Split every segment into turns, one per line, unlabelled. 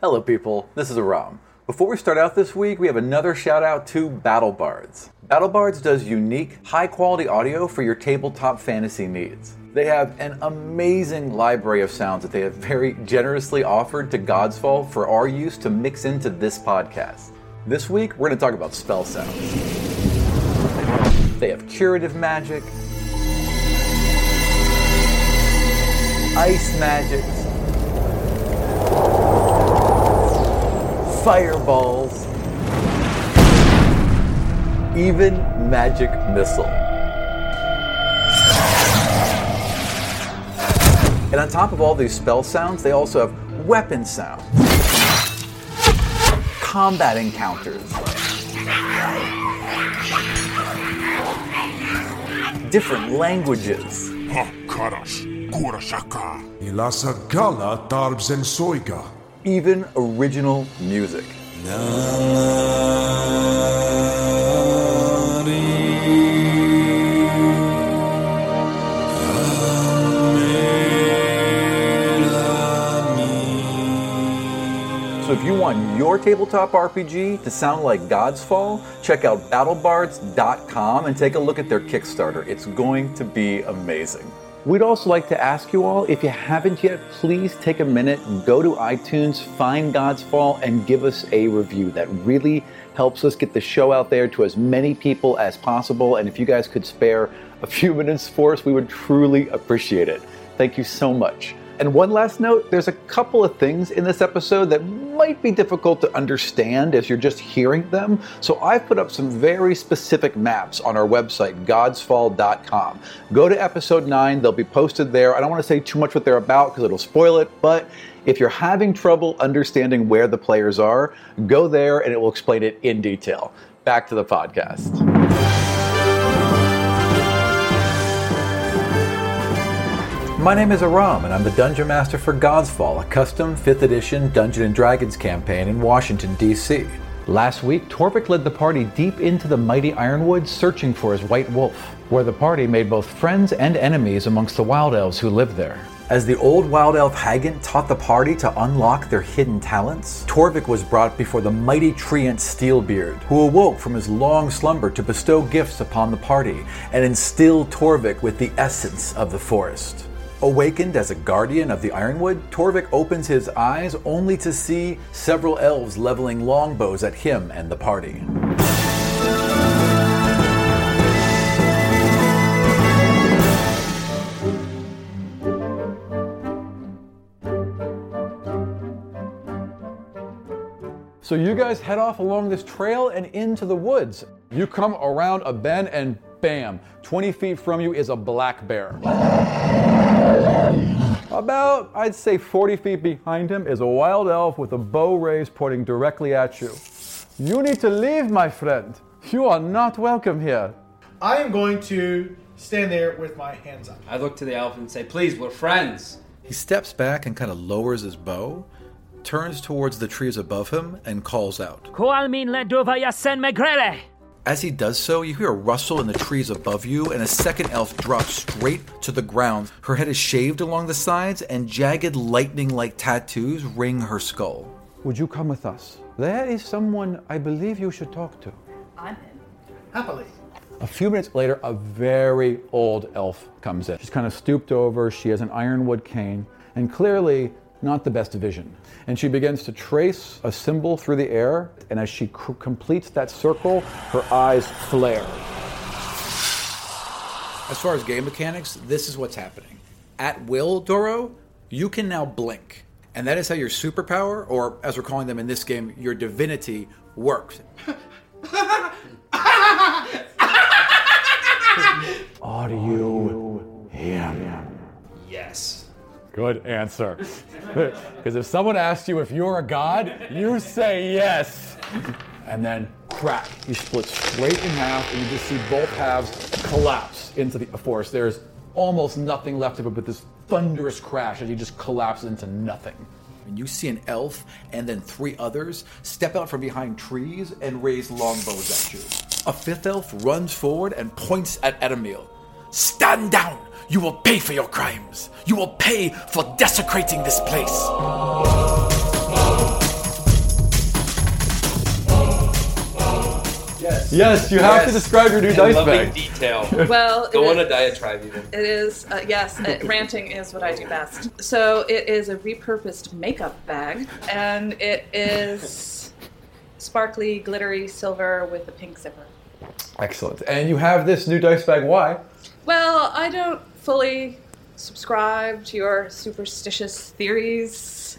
Hello, people. This is Aram. Before we start out this week, we have another shout out to BattleBards. BattleBards does unique, high quality audio for your tabletop fantasy needs. They have an amazing library of sounds that they have very generously offered to God's Fall for our use to mix into this podcast. This week, we're going to talk about spell sounds. They have curative magic, ice magics, fireballs, even magic missile. And on top of all these spell sounds, they also have weapon sounds, combat encounters, different languages.
Hakarash, Kurashaka.
Ilasagala Tarbs and Soiga.
even original music. So if you want your tabletop RPG to sound like God's Fall, check out battlebards.com and take a look at their Kickstarter. It's going to be amazing. We'd also like to ask you all if you haven't yet, please take a minute, go to iTunes, find God's Fall, and give us a review. That really helps us get the show out there to as many people as possible. And if you guys could spare a few minutes for us, we would truly appreciate it. Thank you so much. And one last note there's a couple of things in this episode that might be difficult to understand as you're just hearing them. So I've put up some very specific maps on our website, godsfall.com. Go to episode 9, they'll be posted there. I don't want to say too much what they're about because it'll spoil it, but if you're having trouble understanding where the players are, go there and it will explain it in detail. Back to the podcast. My name is Aram, and I'm the Dungeon Master for God's Fall, a custom 5th edition Dungeon & Dragons campaign in Washington, D.C. Last week, Torvik led the party deep into the mighty Ironwoods searching for his White Wolf, where the party made both friends and enemies amongst the Wild Elves who lived there. As the old Wild Elf Hagen taught the party to unlock their hidden talents, Torvik was brought before the mighty Treant Steelbeard, who awoke from his long slumber to bestow gifts upon the party and instill Torvik with the essence of the forest. Awakened as a guardian of the Ironwood, Torvik opens his eyes only to see several elves leveling longbows at him and the party. So you guys head off along this trail and into the woods. You come around a bend and bam, 20 feet from you is a black bear. About, I'd say, 40 feet behind him is a wild elf with a bow raised pointing directly at you. You need to leave, my friend. You are not welcome here.
I am going to stand there with my hands up.
I look to the elf and say, "Please, we're friends."
He steps back and kind of lowers his bow, turns towards the trees above him, and calls out.
Koalmin Ledova Yasen Megrele.
As he does so, you hear a rustle in the trees above you, and a second elf drops straight to the ground. Her head is shaved along the sides, and jagged lightning like tattoos ring her skull. Would you come with us? There is someone I believe you should talk to.
I'm in.
Happily.
A few minutes later, a very old elf comes in. She's kind of stooped over, she has an ironwood cane, and clearly not the best vision. And she begins to trace a symbol through the air, and as she c- completes that circle, her eyes flare. As far as game mechanics, this is what's happening. At will, Doro, you can now blink. And that is how your superpower, or as we're calling them in this game, your divinity, works. Are you him?
Yes.
Good answer. Because if someone asks you if you're a god, you say yes.
And then crack, you split straight in half, and you just see both halves collapse into the forest. There's almost nothing left of it but this thunderous crash as he just collapses into nothing. And you see an elf and then three others step out from behind trees and raise longbows at you. A fifth elf runs forward and points at Edamil. Stand down! You will pay for your crimes! You will pay for desecrating this place!
Yes, you have to describe your new
In
dice
loving
bag.
detail.
Well,
Go on a
it is,
diatribe even.
it is uh, yes, uh, ranting is what I do best. So it is a repurposed makeup bag, and it is sparkly, glittery silver with a pink zipper.
Excellent. And you have this new dice bag. Why?
Well, I don't fully subscribe to your superstitious theories.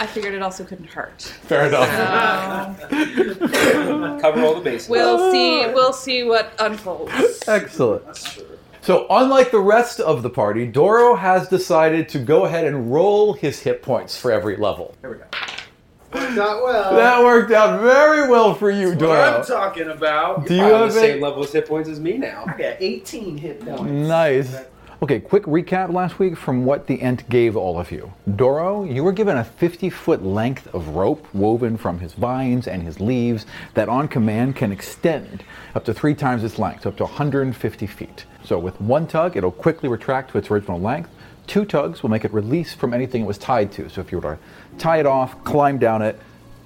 I figured it also couldn't hurt.
Fair enough.
Cover all the bases.
Ah.
We'll see. We'll see what unfolds.
Excellent. So, unlike the rest of the party, Doro has decided to go ahead and roll his hit points for every level.
Not well.
That worked out very well for you,
what
Doro.
I'm talking about.
Do you
Probably on
have
the same
a
level of hit points as me now.
I got 18 hit points.
nice?
Okay, quick recap last week from what the Ent gave all of you. Doro, you were given a 50 foot length of rope woven from his vines and his leaves that on command can extend up to three times its length, up to 150 feet. So with one tug, it'll quickly retract to its original length. Two tugs will make it release from anything it was tied to. So if you were to tie it off, climb down it,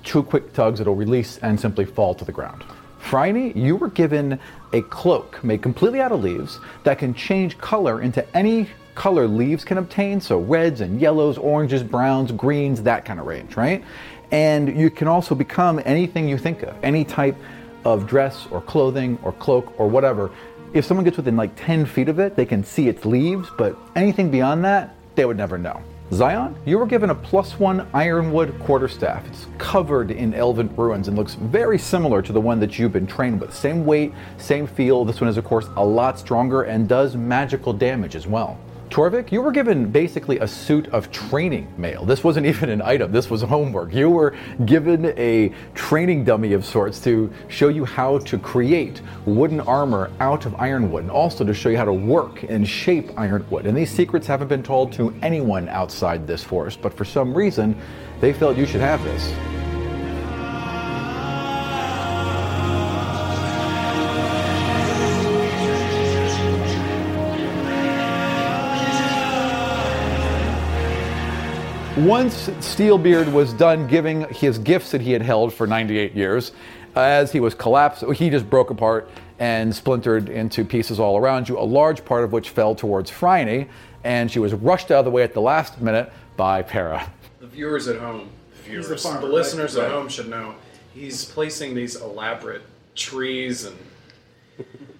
two quick tugs, it'll release and simply fall to the ground. Phryne, you were given a cloak made completely out of leaves that can change color into any color leaves can obtain, so reds and yellows, oranges, browns, greens, that kind of range, right? And you can also become anything you think of, any type of dress or clothing or cloak or whatever. If someone gets within like 10 feet of it, they can see its leaves, but anything beyond that, they would never know. Zion, you were given a plus one ironwood quarterstaff. It's covered in elven ruins and looks very similar to the one that you've been trained with. Same weight, same feel. This one is, of course, a lot stronger and does magical damage as well. Torvik, you were given basically a suit of training mail. This wasn't even an item, this was homework. You were given a training dummy of sorts to show you how to create wooden armor out of ironwood and also to show you how to work and shape ironwood. And these secrets haven't been told to anyone outside this forest, but for some reason, they felt you should have this. Once Steelbeard was done giving his gifts that he had held for 98 years, as he was collapsed, he just broke apart and splintered into pieces all around you, a large part of which fell towards Phryne, and she was rushed out of the way at the last minute by Para.
The viewers at home, the viewers,
a farmer,
the
right?
listeners
Right.
at home should know he's placing these elaborate trees and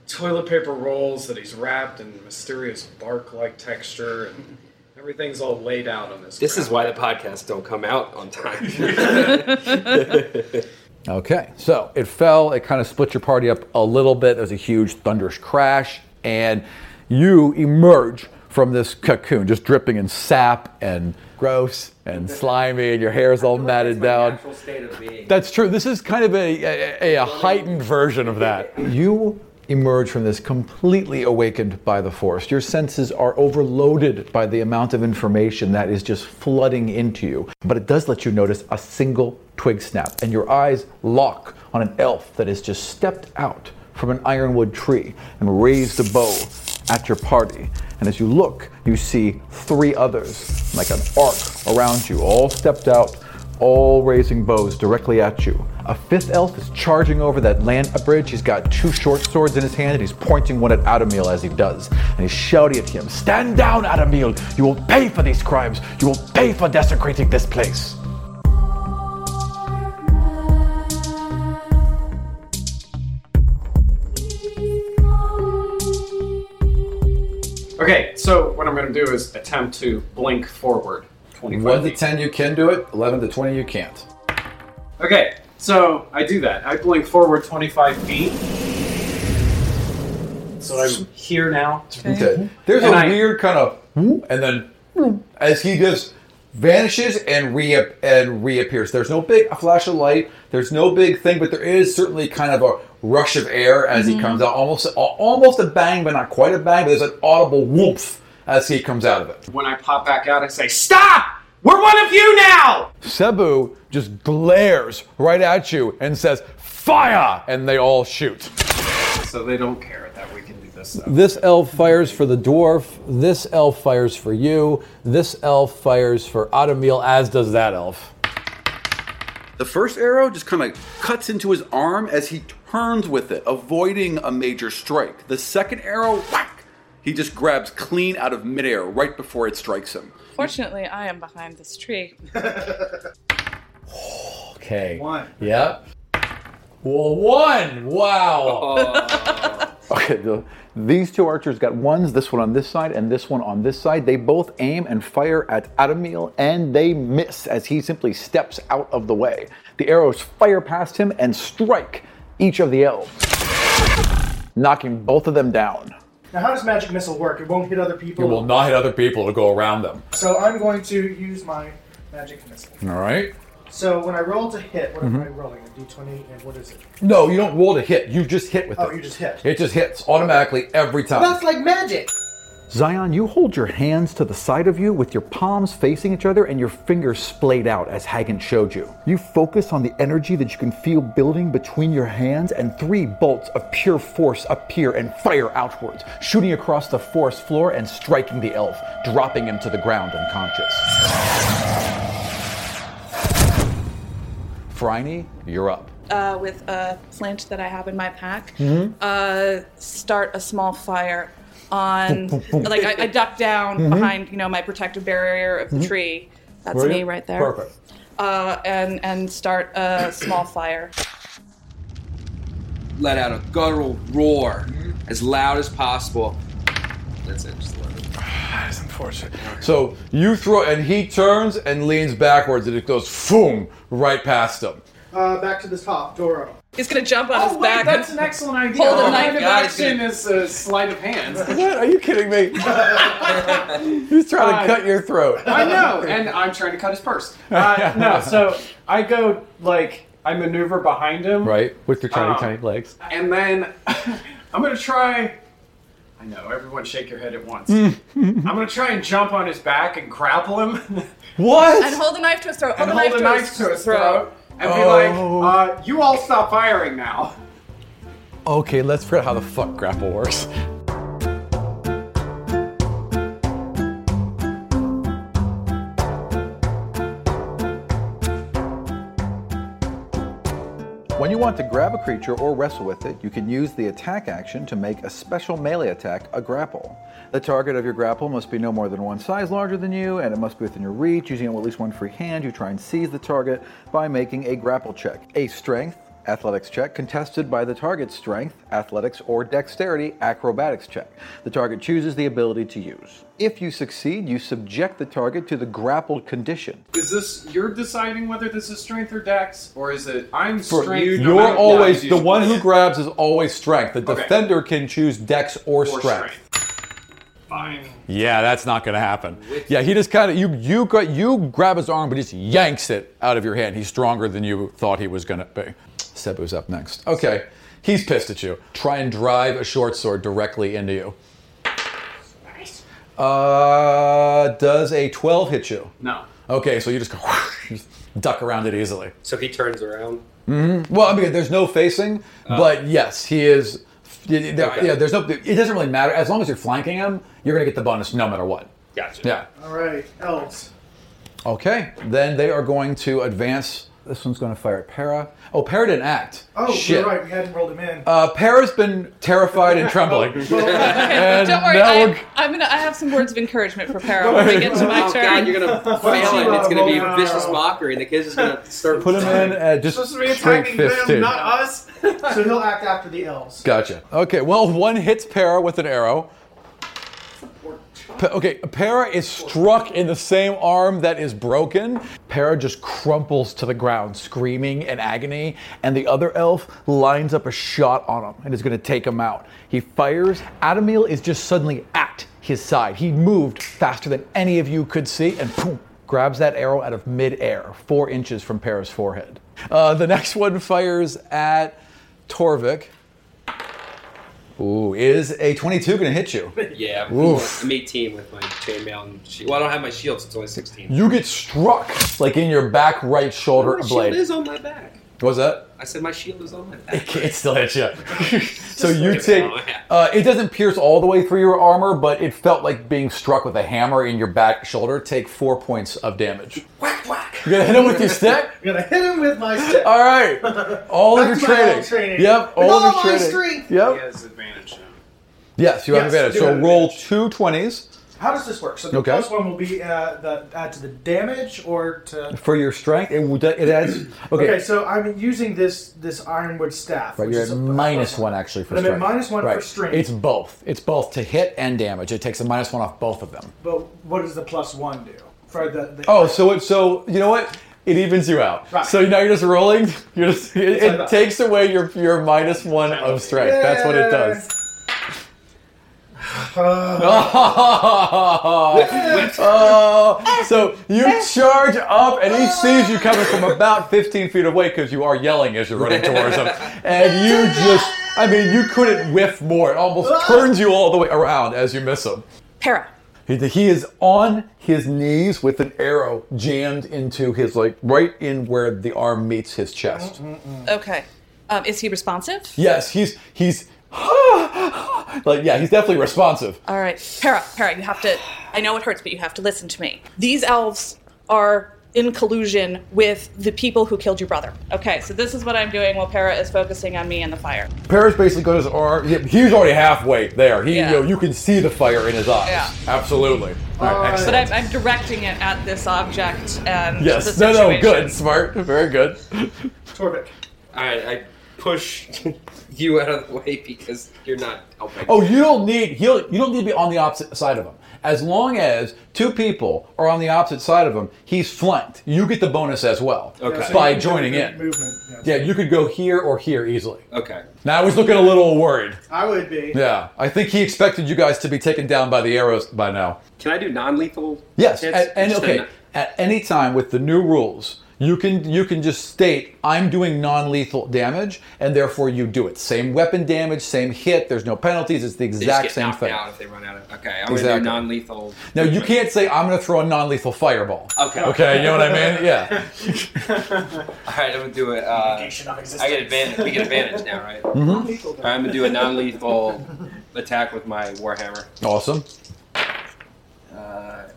toilet paper rolls that he's wrapped in mysterious bark-like texture, and everything's all laid out on this.
This is
graphic.
why the podcasts don't come out on time.
Okay, so it fell. It kind of split your party up a little bit. There's a huge thunderous crash, and you emerge from this cocoon, just dripping in sap and gross and slimy, and your hair's all matted down.
Natural state of being.
That's true. This is kind of a, a, a- a heightened version of that. You emerge from this completely awakened by the forest. Your senses are overloaded by the amount of information that is just flooding into you. But it does let you notice a single twig snap, and your eyes lock on an elf that has just stepped out from an ironwood tree and raised a bow at your party. And as you look, you see three others, like an arc around you, all stepped out all raising bows directly at you. A fifth elf is charging over that land bridge. He's got two short swords in his hand and he's pointing one at Adamil as he does. And he's shouting at him, Stand down, Adamil! You will pay for these crimes! You will pay for desecrating this place!
Okay, so what I'm going to do is attempt to blink forward. 25 feet.
10, you can do it. 11 to 20, you can't.
Okay, so I do that. I blink forward 25 feet. So I'm here now.
Okay. There's
And
a
I-
weird kind of whoop, and then whoop, as he just vanishes and reap and reappears. There's no big flash of light. There's no big thing, but there is certainly kind of a rush of air as he comes out. Almost al- almost a bang, but not quite a bang. But there's an audible whoomph as he comes out of it.
When I pop back out, I say, Stop! We're one of you now!
Cebu just glares right at you and says, "Fire!" and they all shoot.
So they don't care that we can do this stuff.
This elf fires for the dwarf. This elf fires for you. This elf fires for Adamil, as does that elf.
The first arrow just kind of cuts into his arm as he
turns with it, avoiding a major strike. The second arrow, whack! He just grabs clean out of midair right before it strikes him.
Fortunately, I am behind this tree.
Okay.
One.
Yep. Well, one. Wow.
Okay, the,
These two archers got ones, this one on this side and this one on this side. They both aim and fire at Adamil, and they miss as he simply steps out of the way. The arrows fire past him and strike each of the elves, knocking both of them down.
Now, how does magic missile work? It won't hit other people.
It will not hit other people. It'll go around them.
So I'm going to use my magic missile.
All right.
So when I roll to hit, what
Mm-hmm.
am I rolling? A d20, and what is it?
No, you don't roll to hit. You just hit with
Oh,
it.
you just hit.
It just hits automatically every time.
That's like magic.
Zion, you hold your hands to the side of you with your palms facing each other and your fingers splayed out as Hagen showed you. You focus on the energy that you can feel building between your hands, and three bolts of pure force appear and fire outwards, shooting across the forest floor and striking the elf, dropping him to the ground unconscious. Phryne, you're up.
Uh, with a flint that I have in my pack,
Mm-hmm.
uh, start a small fire on. like I, I duck down behind, you know, my protective barrier of the tree. That's
Mm-hmm. Were
me
you?
right there.
Perfect.
Uh, and and start a small fire.
Let out a guttural roar as loud as possible. That's it. Just let it.
That's unfortunate. So you throw, and he turns and leans backwards, and it goes foom right past him.
Uh, back to the top, Doro.
He's gonna jump on his
Oh, wait,
back.
that's an excellent idea.
Hold the
What
knife.
kind of
God, it's
action
gonna-
is uh, sleight of hand?
What? Are you kidding me? He's trying to cut your throat.
I know, and I'm trying to cut his purse. Uh, no, so I go like I maneuver behind him,
Right? With your tiny,
Um,
tiny legs.
and then I'm gonna try. I know everyone shake your head at once. I'm gonna try and jump on his back and grapple him,
and
What?
hold the knife to his throat. Hold the
and hold
knife
a
to
knife
his
to his
throat.
throat, and
Oh.
be like, uh, "You all stop firing now."
Okay, let's figure out how the fuck grapple works.
When you want to grab a creature or wrestle with it, you can use the attack action to make a special melee attack a grapple. The target of your grapple must be no more than one size larger than you, and it must be within your reach. Using at least one free hand, you try and seize the target by making a grapple check, a strength, athletics check, contested by the target's strength, athletics, or dexterity, acrobatics check. The target chooses the ability to use. If you succeed, you subject the target to the grappled condition.
Is this you're deciding whether this is strength or dex, or is it I'm
For-
strength? no
you're
matter what
always
I do?
the one who grabs is always strength. The
Okay.
defender can choose dex or,
Or
strength.
Fine.
Yeah, that's not going to happen. Yeah, he just kind of you you gra- you grab his arm, but he just yanks it out of your hand. He's stronger than you thought he was going to be. Sebu's up next. Okay, he's pissed at you. Try and drive a short sword directly into you. Uh, does a 12 hit you?
No.
Okay, so you just go you just duck around it easily.
So he turns around.
Well, I mean, there's no facing,
Uh,
but yes, he is. Yeah, there-
Okay.
yeah, there's no. It doesn't really matter as long as you're flanking him. You're gonna get the bonus no matter what.
Gotcha.
Yeah.
All right, elves.
Okay, then they are going to advance. This one's going to fire at Para. Oh, Para didn't act.
Oh,
shit.
you're right. We hadn't rolled him in.
Uh, Para's been terrified and trembling. and
Don't worry,
now
I,
we're-
am I'm gonna. I have some words of encouragement for Para when we get to my
Oh
turn.
God, you're gonna fail it. It's gonna be a vicious mockery, and the kid's just gonna start.
put him in at just
Supposed to be
straight
attacking them,
15.
not us.
so he'll act after the elves.
Gotcha. Okay, well, one hits Para with an arrow. Pa- okay, Para is struck in the same arm that is broken. Para just crumples to the ground, screaming in agony, and the other elf lines up a shot on him and is going to take him out. He fires. Adamil is just suddenly at his side. He moved faster than any of you could see, and boom, grabs that arrow out of midair, four inches from Para's forehead. Uh, the next one fires at Torvik. Ooh, is a 22 going to hit you?
Yeah. I'm-
Oof.
I'm 18 with my chainmail and shield. Well, I don't have my shield, so it's only 16.
You get struck like in your back right shoulder
my shield
blade.
is on my back.
What's that?
I said my shield is on my back.
It, ca- it still hits you. so you take. Uh, it doesn't pierce all the way through your armor, but it felt like being struck with a hammer in your back shoulder. Take four points of damage. Whack whack. You gonna hit him with your stick?
I'm gonna hit him with my stick.
All right. All of your
Back to my old
training.
training.
Yep.
With
All of
all
your
my
training.
strength.
Yep.
advantage.
Yes, you have
Yes,
advantage.
do
So
have
roll two twenties
How does this work? So the
Okay.
plus one will be uh, the add to the damage or to.
for your strength. It, would- it adds. Okay.
Okay, so I'm using this this ironwood staff.
Right,
which
you're
is
at
a-
minus one actually for
But I'm at
strength.
minus one for
Right.
strength.
It's both. It's both to hit and damage. It takes a minus one off both of them.
But what does the plus one do for the? the
Oh, so it so you know what? It evens you out.
Right.
So now you're just rolling. You're just, it,
like
it
that.
takes away your your minus one of strength. That's what it does. Oh, so you charge up, and each sees you coming from about 15 feet away because you are yelling as you're running towards them. And you just, I mean, you couldn't whiff more. It almost turns you all the way around as you miss him.
Para.
He, he is on his knees with an arrow jammed into his, like, right in where the arm meets his chest.
Mm-hmm. Okay. Um, is he responsive?
Yes, he's, he's, like, yeah, he's definitely responsive.
All right, Para, Para, you have to. I know it hurts, but you have to listen to me. These elves are in collusion with the people who killed your brother. Okay, so this is what I'm doing while Para is focusing on me and the fire.
Paris basically goes, "Or he- he's already halfway there. He,
Yeah.
you, know, you can see the fire in his eyes.
Yeah. Oh,
Absolutely. All right,
But
excellent.
I'm, I'm directing it at this object and
yes.
the
No. No.
situation.
Good. Smart. Very good.
Torvik.
All right, I push you out of the way because you're not helping.
Oh, you don't need he'll you don't need to be on the opposite side of him. As long as two people are on the opposite side of him, he's flanked. You get the bonus as well
Okay.
by joining in.
Movement. yes.
Yeah, you could go here or here easily.
Okay.
Now I was looking a little worried.
I would be.
Yeah, I think he expected you guys to be taken down by the arrows by now.
Can I do non-lethal?
Yes,
hits?
at, and
Just uh,
okay,
a-
at any time with the new rules, you can you can just state I'm doing non-lethal damage, and therefore you do it. Same weapon damage, same hit. There's no penalties. It's the
They just
exact
get
same
knocked
thing.
Out if they run out of. Okay, I'm gonna
Exactly.
do non-lethal.
Now you can't say I'm going to throw a non-lethal fireball.
Okay.
Okay, you know what I mean? Yeah.
All right, I'm gonna do it. Uh, I get advantage. We get advantage now, right?
Mm-hmm.
All right, I'm gonna do a non-lethal attack with my warhammer.
Awesome.
Uh,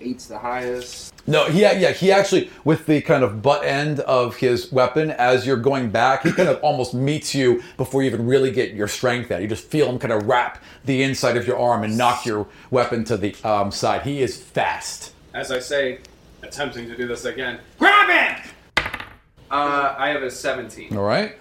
eight's the highest.
No, he yeah he actually with the kind of butt end of his weapon as you're going back, he kind of almost meets you before you even really get your strength out. You just feel him kind of wrap the inside of your arm and knock your weapon to the um, side. He is fast.
As I say, attempting to do this again. Grab it!
Uh, I have a 17.
All right.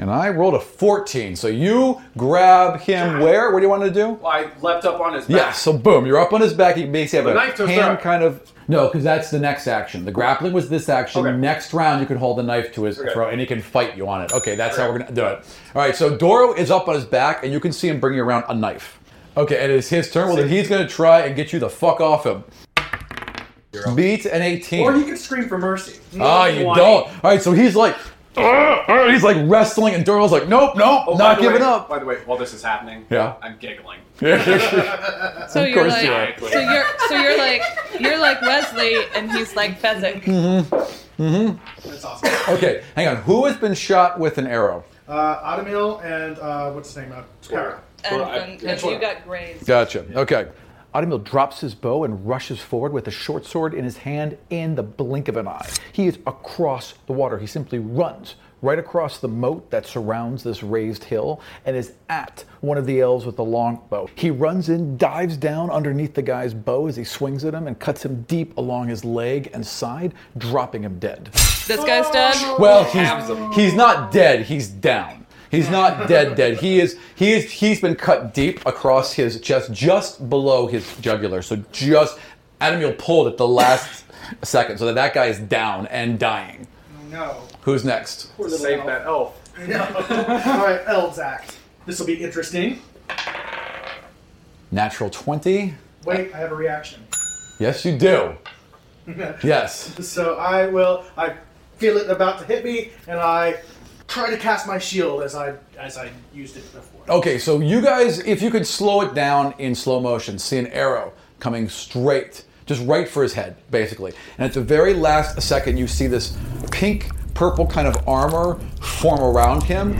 And I rolled a 14. So you grab him where? What do you want to do?
Well, I leapt up on his back.
Yeah, so boom, you're up on his back. He basically have
The
a
knife to his
hand
throat.
kind of. No, because that's the next action. The grappling was this action.
Okay.
Next round, you can hold the knife to his
Okay.
throat and he can fight you on it. Okay, that's how we're going to do it. All right, so Doro is up on his back and you can see him bringing around a knife. Okay, and it's his turn. Well, then he's going to try and get you the fuck off him. Beat an 18.
Or you could scream for mercy.
Ah, you don't. All right, so he's like, "Ugh, ugh," he's like wrestling, and Daryl's like, nope, nope,
Oh, by
not
the
giving
way-
up.
By the way, while this is happening,
Yeah.
I'm giggling.
Of
So you're
course
like,
you
are.
so you're so you're like you're like Wesley, and he's like Fezzik.
That's awesome.
okay, hang on. Who has been shot with an arrow?
Uh, Adamil and uh, what's his name? Uh, Tara.
And,
I-
and, and you got grazed.
Gotcha. Okay. Automil drops his bow and rushes forward with a short sword in his hand in the blink of an eye. He is across the water. He simply runs right across the moat that surrounds this raised hill and is at one of the elves with the longbow. He runs in, dives down underneath the guy's bow as he swings at him and cuts him deep along his leg and side, dropping him dead.
This guy's dead.
Well, he's he's not dead. He's down. He's not dead. Dead. He is. He is. He's been cut deep across his chest, just below his jugular. So just Adamuel pulled at the last second, so that that guy is down and dying.
No.
Who's next?
Save that elf.
All right, elves act. This will be interesting.
Natural twenty.
Wait, I have a reaction.
Yes, you do. Yes.
So I will. I feel it about to hit me, and I try to cast my shield as I as I used it before.
Okay, so you guys, if you could slow it down in slow motion, see an arrow coming straight, just right for his head, basically. And at the very last second, you see this pink purple kind of armor form around him.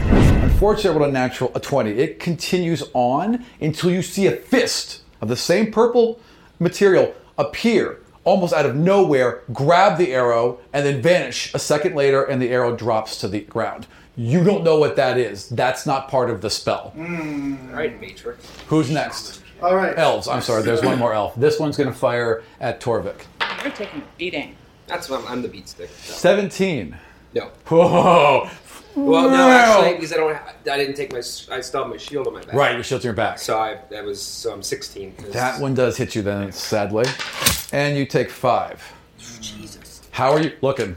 Unfortunately, I rolled a natural a 20. It continues on until you see a fist of the same purple material appear almost out of nowhere, grab the arrow, and then vanish a second later, and the arrow drops to the ground. You don't know what that is. That's not part of the spell.
All right, Matrix.
Who's next?
All right.
Elves. I'm sorry. There's one more elf. This one's going to fire at Torvik.
You're taking a beating.
That's what I'm, I'm the beat stick.
17.
No.
Whoa.
Well, no, actually, because I don't. ha- I didn't take my. s- I still have my shield on my back.
Right, your shield's on your back.
So I that was. So I'm 16. 'cause-
That one does hit you then, sadly. And you take five.
Jesus.
How are you looking?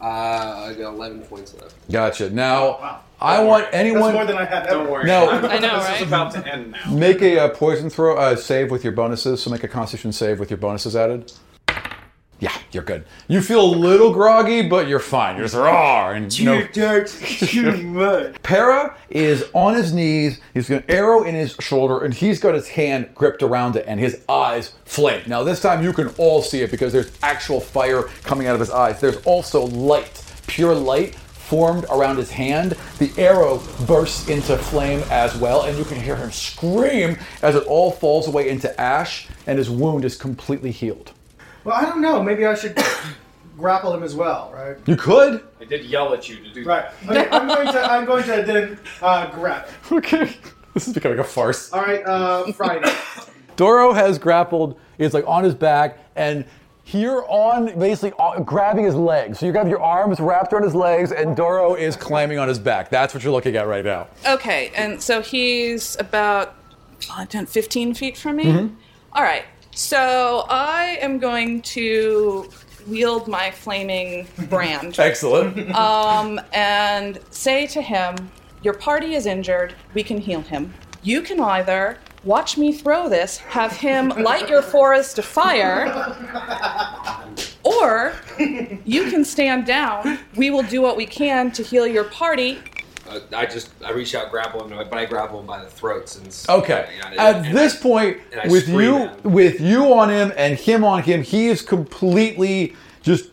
Uh, I got 11 points left.
Gotcha. Now, I want anyone.
That's more than I have.
Don't worry.
No.
I know,
This
right?
is about to end now.
Make a, uh poison throw uh, save with your bonuses. So make a Constitution save with your bonuses added. Yeah, you're good. You feel a little groggy, but you're fine. You're just raw and you know. Para is on his knees. He's got an arrow in his shoulder, and he's got his hand gripped around it, and his eyes flame. Now this time you can all see it because there's actual fire coming out of his eyes. There's also light, pure light formed around his hand. The arrow bursts into flame as well, and you can hear him scream as it all falls away into ash, and his wound is completely healed.
Well, I don't know. Maybe I should grapple him as well, right?
You could.
I did yell at you to do
Right. Okay, I'm going to. I'm going to then uh, grapple.
Okay. This is becoming a farce.
All right. Uh, Friday.
Doro has grappled, is like on his back, and you're on basically on- grabbing his legs. So you have your arms wrapped around his legs, and Doro is climbing on his back. That's what you're looking at right now.
Okay, and so he's about five, 10, 15 feet from me. All right, so I am going to wield my flaming brand
Excellent.
um, and say to him, Your party is injured. We can heal him. You can either watch me throw this, have him light your forest afire, or you can stand down. We will do what we can to heal your party.
Uh, I just I reach out, grapple him, but I grapple him by the throat since. uh,
Okay.
you know,
At
and-
this point,
and I
with
scream
you
at him.
with you on him and him on him, he is completely just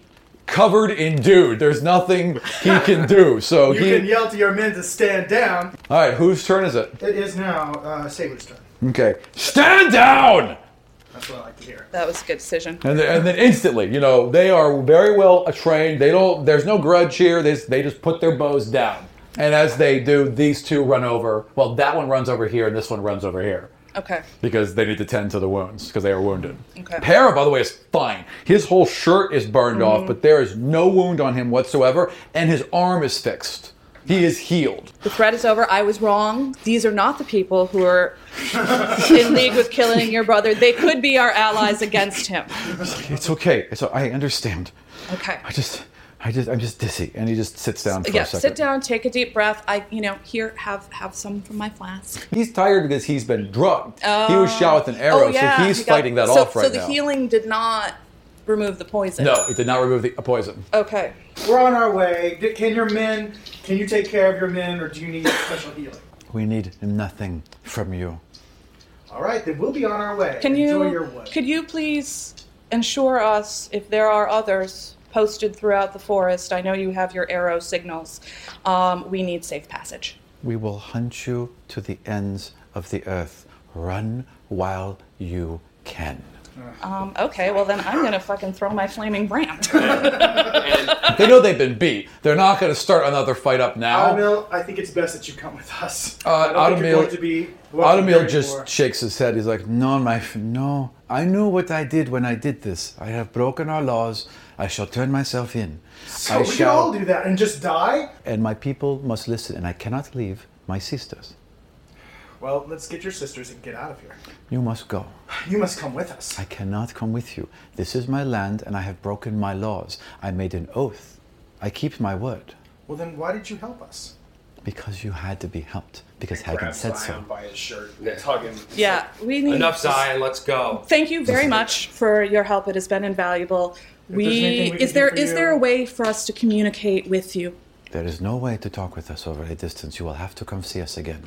covered in dude. There's nothing he can do. So
You
he.
can yell to your men to stand down.
All right, whose turn is it?
It is now uh, Saber's turn.
Okay, stand down.
That's what I like to hear.
That was a good decision.
And, then- and then instantly, you know, they are very well trained. They don't. There's no grudge here. They just, they just put their bows down. And as they do, these two run over. Well, that one runs over here, and this one runs over here
Okay.
because they need to tend to the wounds because they are wounded.
Okay.
Para, by the way, is fine. His whole shirt is burned
Mm-hmm.
off, but there is no wound on him whatsoever, and his arm is fixed. He is healed.
The threat is over. I was wrong. These are not the people who are in league with killing your brother. They could be our allies against him.
It's okay. It's, I understand.
Okay.
I just, I just, I'm just dizzy, and he just sits down for
Yeah,
a second.
sit down, take a deep breath. I, you know, here, have have some from my flask.
He's tired because he's been drugged. he was shot with an arrow,
oh, yeah.
so he's
he got-
fighting that
so,
off right
So the
now.
healing did not remove the poison.
no, it did not remove the uh, poison.
Okay.
We're on our way. D- Can your men? Can you take care of your men, or do you need special healing?
We need nothing from you.
All right, then we'll be on our way.
Can
Enjoy your
you
wood.
could you please ensure us if there are others posted throughout the forest? I know you have your arrow signals. Um, we need safe passage.
We will hunt you to the ends of the earth. Run while you can.
Um, okay, well then I'm gonna fucking throw my flaming brand.
they know they've been beat. They're not going to start another fight up now.
Automil, I think it's best that you come with us.
Uh,
I don't think
Automil-
you're going to be welcome here
Automil just
anymore.
shakes his head. He's like, "No, my f- no. I knew what I did when I did this. I have broken our laws. I shall turn myself in.
So Oh, we can all do that and just die.
and my people must listen, and I cannot leave my sisters.
Well, let's get your sisters and get out of here.
You must go.
You must come with us.
I cannot come with you. This is my land, and I have broken my laws. I made an oath. I keep my word.
Well, then why did you help us?
Because you had to be helped, because Hagen
Grab
said
Zion
so.
by his shirt,
Yeah.
tug him.
yeah, we need
Enough Zion, let's go.
Thank you very much for your help. It has been invaluable. We,
there's anything we can
is there
do for
is
you-
there a way for us to communicate with you?
There is no way to talk with us over a distance. You will have to come see us again.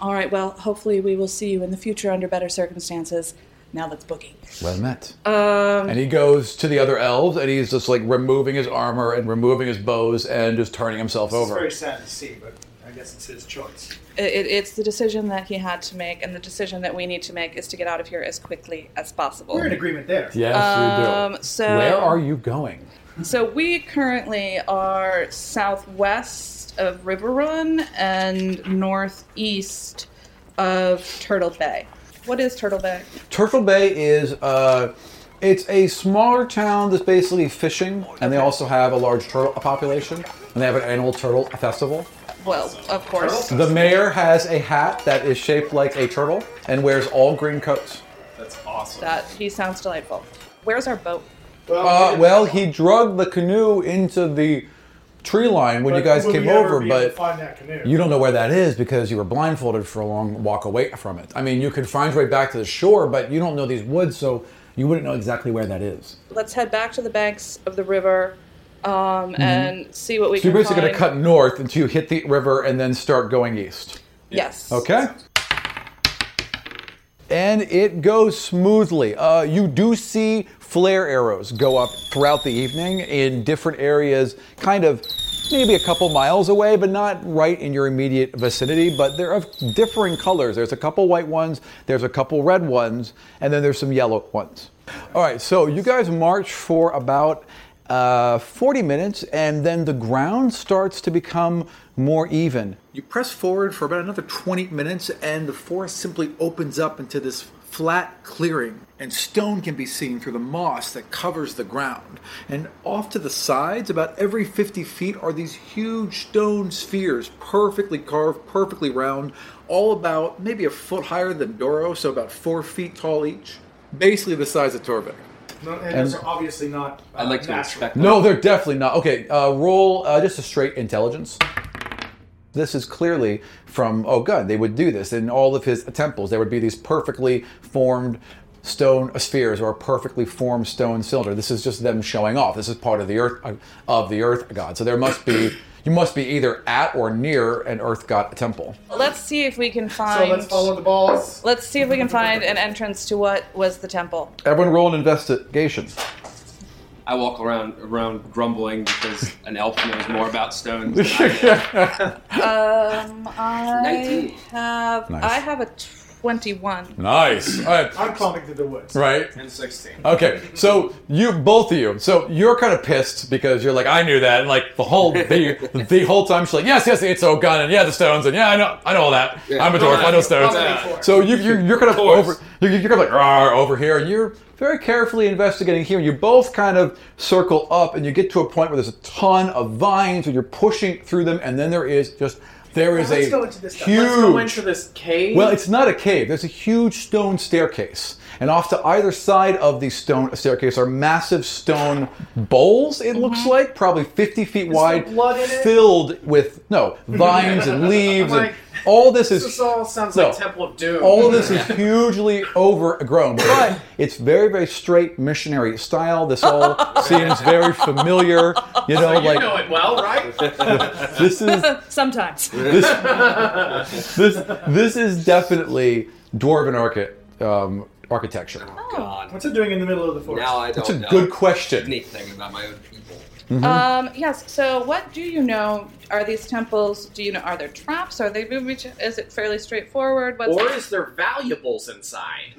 All right. Well, hopefully we will see you in the future under better circumstances. Now that's Boogie.
Well met.
Um,
And he goes to the other elves and he's just like removing his armor and removing his bows and just turning himself
It's
over.
very sad to see, but I guess it's his choice.
it, it's the decision that he had to make, and the decision that we need to make is to get out of here as quickly as possible.
We're in agreement there.
Yes, we
Um,
do.
so-
Where are you going?
So we currently are southwest of River Run and northeast of Turtle Bay. What is Turtle Bay?
Turtle Bay is uh, it's a smaller town that's basically fishing, and they also have a large turtle population, and they have an annual turtle festival.
Well, of course.
The mayor has a hat that is shaped like a turtle and wears all green coats.
That's awesome.
That he sounds delightful. Where's our boat?
Uh, well, he drugged the canoe into the tree line when you guys
Will we
came
ever
over,
be able to
but
find that canoe?
you don't know where that is because you were blindfolded for a long walk away from it. I mean, you could find your way back to the shore, but you don't know these woods, so you wouldn't know exactly where that is.
Let's head back to the banks of the river um,
Mhm.
and see what we
so
can
you're basically going to
find.
cut north until you hit the river and then start going east.
Yes.
Okay. And it goes smoothly. Uh, you do see flare arrows go up throughout the evening in different areas, kind of maybe a couple miles away, but not right in your immediate vicinity. But they're of differing colors. There's a couple white ones, there's a couple red ones, and then there's some yellow ones. All right, so you guys march for about uh, 40 minutes, and then the ground starts to become more even. You press forward for about another 20 minutes, and the forest simply opens up into this flat clearing, and stone can be seen through the moss that covers the ground. And off to the sides, about every 50 feet, are these huge stone spheres, perfectly carved, perfectly round, all about maybe a foot higher than Doro, so about four feet tall each, basically the size of Torvik.
No, and,
And-
those are obviously not. Uh,
I'd like to
natural.
inspect
No, they're definitely not. Okay, uh, roll uh, just a straight intelligence. This is clearly from oh god, they would do this in all of his temples. There would be these perfectly formed stone spheres or a perfectly formed stone cylinder. This is just them showing off. This is part of the earth uh, of the earth god. So there must be you must be either at or near an earth god temple.
Let's see if we can
So
find.
let's follow the balls.
Let's see if we can find an entrance to what was the temple.
Everyone roll an investigation.
I walk around around grumbling because an elf knows more about stones. Than I do.
Um, I
19.
have
Nice.
I have a twenty-one.
Nice. All right.
I'm climbing through the woods.
Right.
And 16.
Okay, so you both of you, so you're kind of pissed because you're like, I knew that, and like the whole the, the whole time she's like, yes, yes, it's Ogun, and yeah, the stones, and yeah, I know, I know all that.
Yeah.
I'm a dwarf, I know stones.
Yeah.
So you, you're, you're kind of,
course.
over, you're, you're kind of like "Rawr," over here, and you're very carefully investigating here. You both kind of circle up, and you get to a point where there's a ton of vines, and you're pushing through them, and then there is just there is
Let's
a
go into this stuff.
huge.
Let's go into this cave.
Well, it's not a cave. There's a huge stone staircase. And off to either side of the stone staircase are massive stone bowls, it looks like, probably 50 feet wide,
Mm-hmm. blood in it?
filled with, no, vines and leaves. and
Like,
all this is.
this all sounds
no.
like Temple of Doom.
All of this is hugely overgrown, but it's very, very straight missionary style. This all seems very familiar. You know,
you
like
know it well, right?
this is
Sometimes.
this this is definitely dwarven archi- um, architecture.
Oh.
God,
What's it doing in the middle of the forest?
now I don't
That's a
know
good question.
anything about my own people.
Hmm?
Um, yes. So, what do you know? Are these temples? Do you know? Are there traps? Are they moving? Is it fairly straightforward? What's
or is there valuables inside?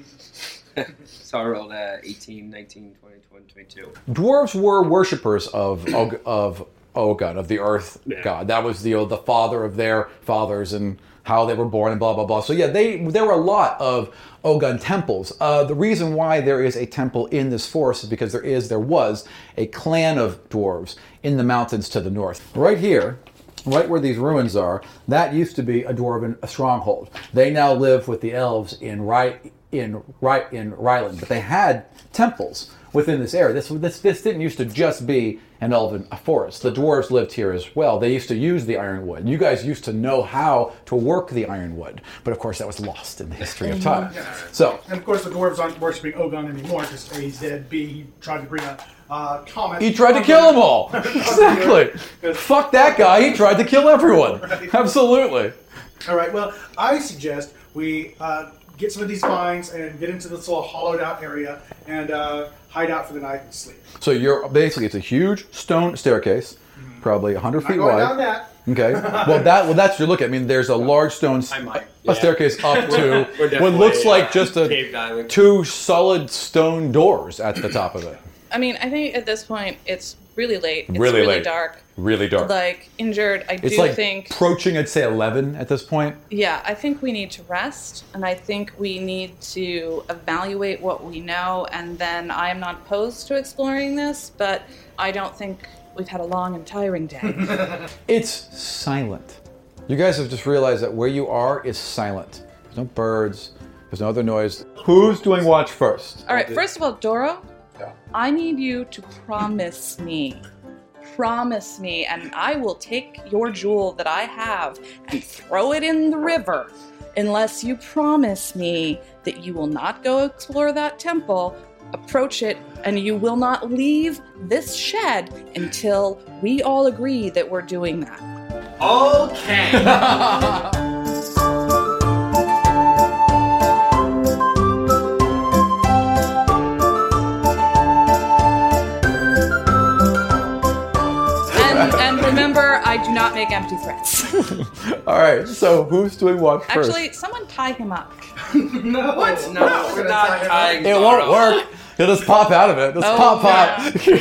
So I rolled uh, 18, 19, 20, 21, 22.
Dwarves were worshippers of Og- of Ogun, of the Earth God. That was the the father of their fathers and how they were born and blah blah blah. So yeah, they there were a lot of Ogun temples. Uh, the reason why there is a temple in this forest is because there is there was a clan of dwarves in the mountains to the north. Right here, right where these ruins are, that used to be a dwarven stronghold. They now live with the elves in Ry- in Ry- in Ryland, but they had temples within this area. This this this didn't used to just be an elven forest. The dwarves lived here as well. They used to use the ironwood. You guys used to know how to work the ironwood, but of course that was lost in the history of time. So
And of course, the dwarves aren't worshipping Ogun anymore because A, he's dead. B, he tried to bring a uh, comet.
He tried to kill them all. Exactly. Fuck that guy. He tried to kill everyone. Absolutely.
All right. Well, I suggest we uh, get some of these vines and get into this little hollowed out area and uh, hide out for the night and sleep.
So you're basically it's a huge stone staircase, probably 100
Not
feet
going
wide.
down that.
Okay. Well, that well that's your look. at. I mean, there's a large stone s- a staircase up to
We're definitely,
what looks
uh,
like just
cave
a
diving.
two solid stone doors at the top of it.
I mean, I think at this point it's really late. It's
Really
really,
late.
dark.
Really dark.
Like injured, I
it's
do
like
think.
approaching, I'd say, 11 at this point.
Yeah, I think we need to rest, and I think we need to evaluate what we know. And then I am not opposed to exploring this, but I don't think we've had a long and tiring day.
It's silent. You guys have just realized that where you are is silent. There's no birds. There's no other noise. Who's doing watch first?
All right, first of all, Doro, I need you to promise me. Promise me, and I will take your jewel that I have and throw it in the river unless you promise me that you will not go explore that temple, approach it, and you will not leave this shed until we all agree that we're doing that.
Okay.
And, and remember, I do not make empty threats.
All right. So who's doing watch first?
Actually, someone tie him up.
no,
what?
No, we're not tying
it won't work. He'll just pop out of it. Just
Oh,
pop, pop.
Is he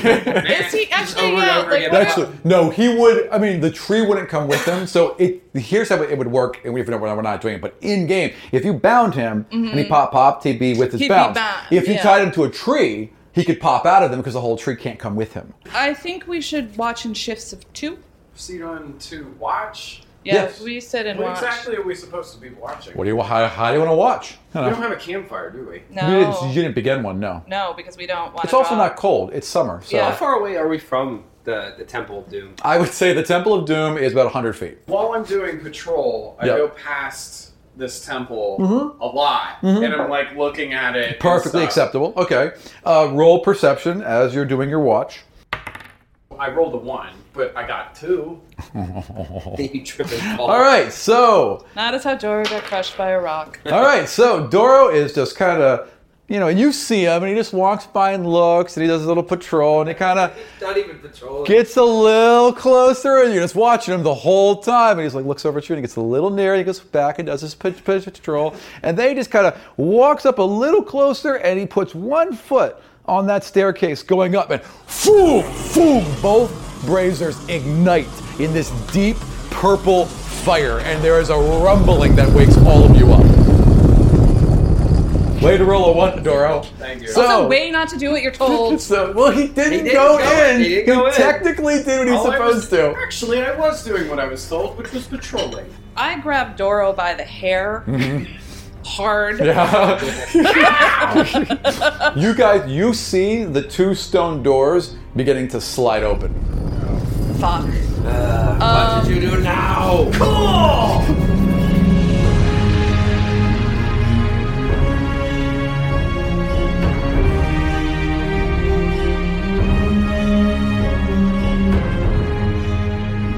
actually? Yeah, like, what if-
Actually, no, he would. I mean, the tree wouldn't come with him. So it here's how it would work, and we know we're not doing it. But in game, if you bound him and he
Mhm.
pop popped, he'd be with his
He'd be
bounce.
bound,
if you
yeah.
tied him to a tree, he could pop out of them because the whole tree can't come with him.
I think we should watch in shifts of two.
Proceed on to watch.
Yeah,
Yes.
we said in
What
watch.
exactly are we supposed to be watching?
What do you how, how do you want to watch? I
We
don't
don't
know.
have a campfire, do we?
You,
No.
didn't, you didn't begin one, no.
No, because we don't want.
It's also not cold. It's summer, so
How far away are we from the, the Temple of Doom?
I would say the Temple of Doom is about 100 feet.
While I'm doing patrol, I
Yep.
go past this temple
Mhm.
a lot,
Mhm.
and I'm like looking at it. and
Perfectly
stuff.
acceptable. Okay. Uh, roll perception as you're doing your watch.
I rolled a one, but I got two.
All right, so
Not as how Dora got crushed by a rock.
All right, so Doro is just kind of, you know, and you see him, and he just walks by and looks, and he does his little patrol, and he kind of
Not even patrolling.
gets a little closer, and you're just watching him the whole time, and he's like looks over at you, and he gets a little near, and he goes back and does his pa- pa- patrol, and then he just kind of walks up a little closer, and he puts one foot on that staircase going up, and boom, boom, both braziers ignite in this deep purple fire, and there is a rumbling that wakes all of you up. Way to roll a one, Doro. Thank you.
also,
So,
way not to do what you're told.
so well, he didn't,
He didn't
go,
go
in.
in. He didn't go in.
technically did what he was
All I
supposed
was-
to.
Actually, I was doing what I was told, which was patrolling.
I grabbed Doro by the hair
Mm-hmm.
hard.
Yeah. you guys, you see the two stone doors beginning to slide open.
Fuck.
what did you do now?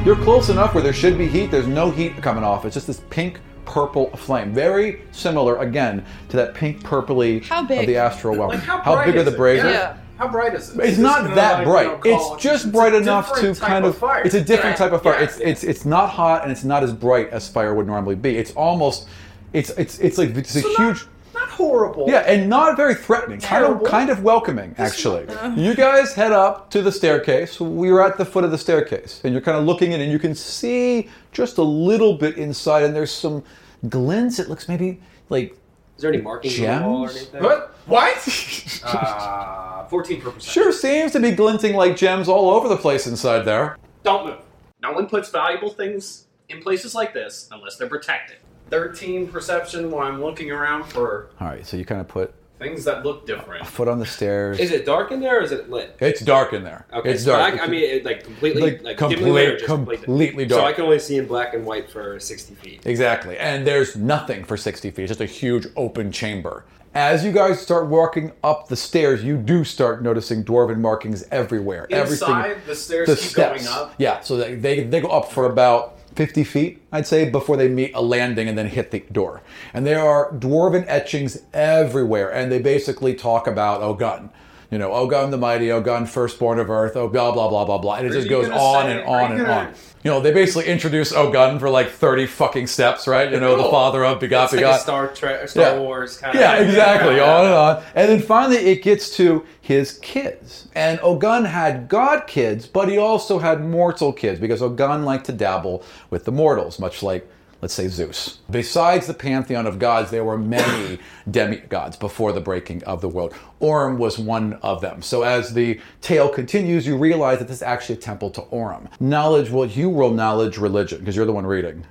You're close enough where there should be heat. There's no heat coming off. It's just this pink purple flame, very similar again to that pink purpley
How
of
big?
the astral realm.
Like how, bright
big are
is
the
it?
braziers?
How bright is it?
It's not that bright. It's just bright enough to kind of.
Fire.
It's a different type of fire.
Yeah.
It's it's it's not hot and it's not as bright as fire would normally be. It's almost, it's it's it's like it's a huge.
not horrible.
yeah, and not very threatening. Kind of,
Terrible.
kind of welcoming, actually. You guys head up to the staircase. We're at the foot of the staircase, and you're kind of looking in, and you can see just a little bit inside, and there's some glints. It looks maybe like
Is there any markings on the wall or
Gems?
anything?
What?
What?
uh, 14%.
sure seems to be glinting like gems all over the place inside there.
Don't move. No one puts valuable things in places like this unless they're protected.
13 perception while I'm looking around for
All right, so you kind of put
things that look different.
foot on the stairs.
Is it dark in there or is it lit?
It's dark in there.
Okay,
it's
so
dark.
I, I mean, it, like completely,
Like,
like,
complete-
dimly lit or just
completely dark.
So I can only see in black and white for 60 feet.
exactly. And there's nothing for 60 feet. It's just a huge open chamber. As you guys start walking up the stairs, you do start noticing dwarven markings everywhere.
Inside,
Everything.
the stairs keep going up?
Yeah, so they, they, they go up for about 50 feet, I'd say, before they meet a landing and then hit the door. And there are dwarven etchings everywhere, and they basically talk about Ogun. You know, Ogun the Mighty, Ogun Firstborn of Earth, oh, blah, blah, blah, blah, blah. And it
Are
just
you
goes
gonna
on
say-
and
are you
on and
gonna-
on. You know, they basically introduce Ogun for like 30 fucking steps, right? You know, the
Cool.
father of begot,
It's like a
begot.
Star Trek- or Star Wars kinda-
Yeah, exactly. on and on. And then finally it gets to his kids. And Ogun had god kids, but he also had mortal kids because Ogun liked to dabble with the mortals, much like let's say Zeus. Besides the pantheon of gods, there were many demigods before the breaking of the world. Orm was one of them. So as the tale continues, you realize that this is actually a temple to Orm. Knowledge, well, you roll knowledge religion because you're the one reading.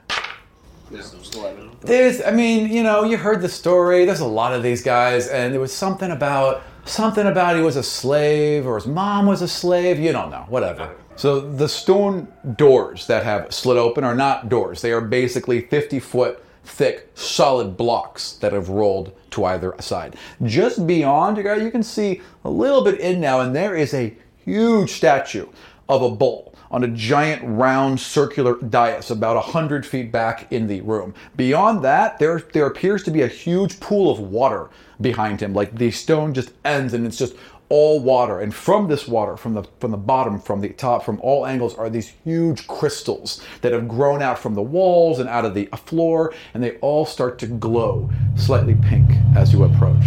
There's, I mean, you know, you heard the story. There's a lot of these guys, and there was something about something about he was a slave or his mom was a slave. You don't know, whatever. So the stone doors that have slid open are not doors. They are basically 50 foot thick, solid blocks that have rolled to either side. Just beyond, you guys- you can see a little bit in now, and there is a huge statue of a bull on a giant round circular dais about 100 feet back in the room. Beyond that, there, there appears to be a huge pool of water behind him. Like the stone just ends and it's just all water. And from this water, from the, from the bottom, from the top, from all angles, are these huge crystals that have grown out from the walls and out of the floor. And they all start to glow slightly pink as you approach.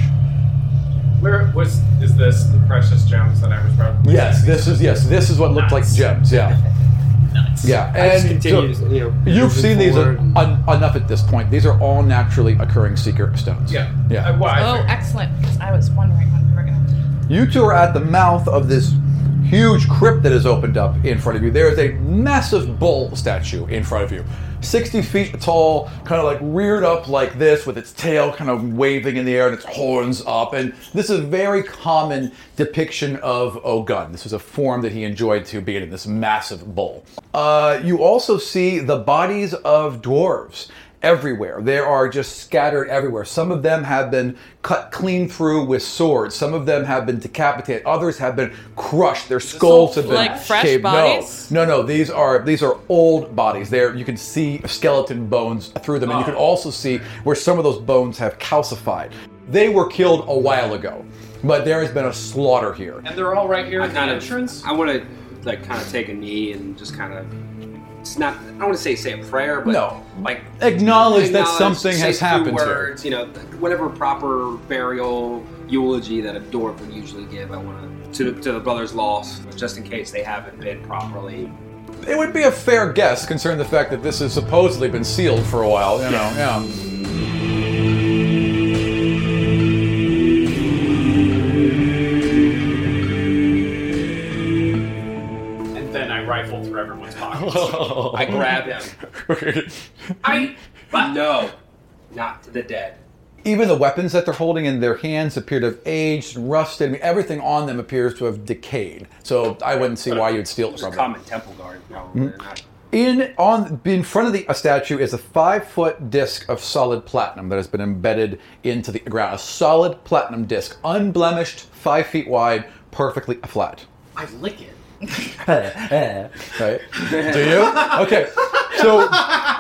Where was is this the precious gems that I was probably?
Yes, this is yes, this is what looked like gems. Yeah. Yeah,
I just
and
continue
so
to, you know,
you've
moving
seen these
forward
en- enough at this point. These are all naturally occurring secret stones.
Yeah. Uh,
yeah.
oh, excellent. 'cause I was wondering when we were going to.
You two are at the mouth of this huge crypt that has opened up in front of you. There is a massive bull statue in front of you. 60 feet tall, kind of like reared up like this, with its tail kind of waving in the air and its horns up. And this is a very common depiction of Ogun. This was a form that he enjoyed to be in, this massive bull. Uh, you also see the bodies of dwarves everywhere. They are just scattered everywhere. Some of them have been cut clean through with swords. Some of them have been decapitated. Others have been crushed. Their skulls have been
like fresh
shaved. No.
bodies?
No, no, These are these are old bodies. There you can see skeleton bones through them, and you can also see where some of those bones have calcified. They were killed a while ago, but there has been a slaughter here.
And they're all right here
I
at the
kind
entrance.
of, I want to like kind of take a knee and just kind of. It's not. I don't want to say say a prayer, but
No.
like
Acknowledge that something
say
has
few
happened to you.
Words, you know, whatever proper burial eulogy that a dwarf would usually give. I want to to the brother's loss, just in case they haven't been properly.
It would be a fair guess, considering the fact that this has supposedly been sealed for a while. You know, yeah.
And then I rifle through everyone's pockets.
I
Oh.
grab him. I no, not to the dead.
Even the weapons that they're holding in their hands appear to have aged and rusted. I mean, everything on them appears to have decayed. So I wouldn't see why you'd steal it
Just
from them.
common temple guard. No,
Mhm.
they're not.
In on in front of the a statue is a five foot disc of solid platinum that has been embedded into the ground. A solid platinum disc, unblemished, five feet wide, perfectly flat.
I lick it.
right? Do you? Okay. So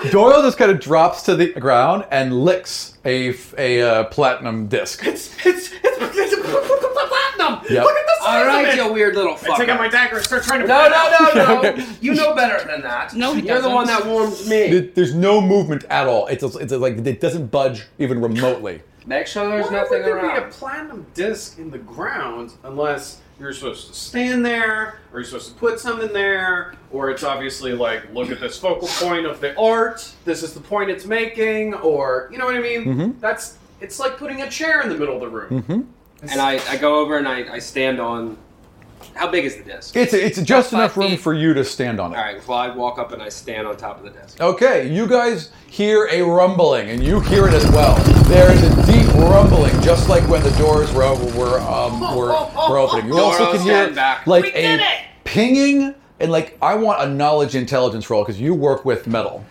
Doyle just kind of drops to the ground and licks a a uh, platinum disc.
It's, it's platinum.
Yep.
Look at this.
All right, you weird little
I
fucker.
take out my dagger and start trying to.
No, no, no, no. You know better than that. No,
he
You're the one that
doesn't.
warmed me.
There- There's no movement at all. It's it's like it doesn't budge even remotely.
Make sure there's
Why
nothing
would there
around.
be a platinum disc in the ground unless you're supposed to stand there, or you're supposed to put something there, or it's obviously like, look at this focal point of the art. This is the point it's making, or you know what I mean?
Mhm.
That's it's like putting a chair in the middle of the room.
hmm
and I, I go over and I, I stand on. How big is the disc?
It's it's just
About
enough
five
room
feet.
for you to stand on it.
All right, well, I walk up and I stand on top of the desk.
Okay, you guys hear a rumbling, and you hear it as well. There is a deep rumbling, just like when the doors were were um, were, were opening. You also
Dora,
can hear
stand back.
like a pinging, and like I want a knowledge intelligence roll because you work with metal.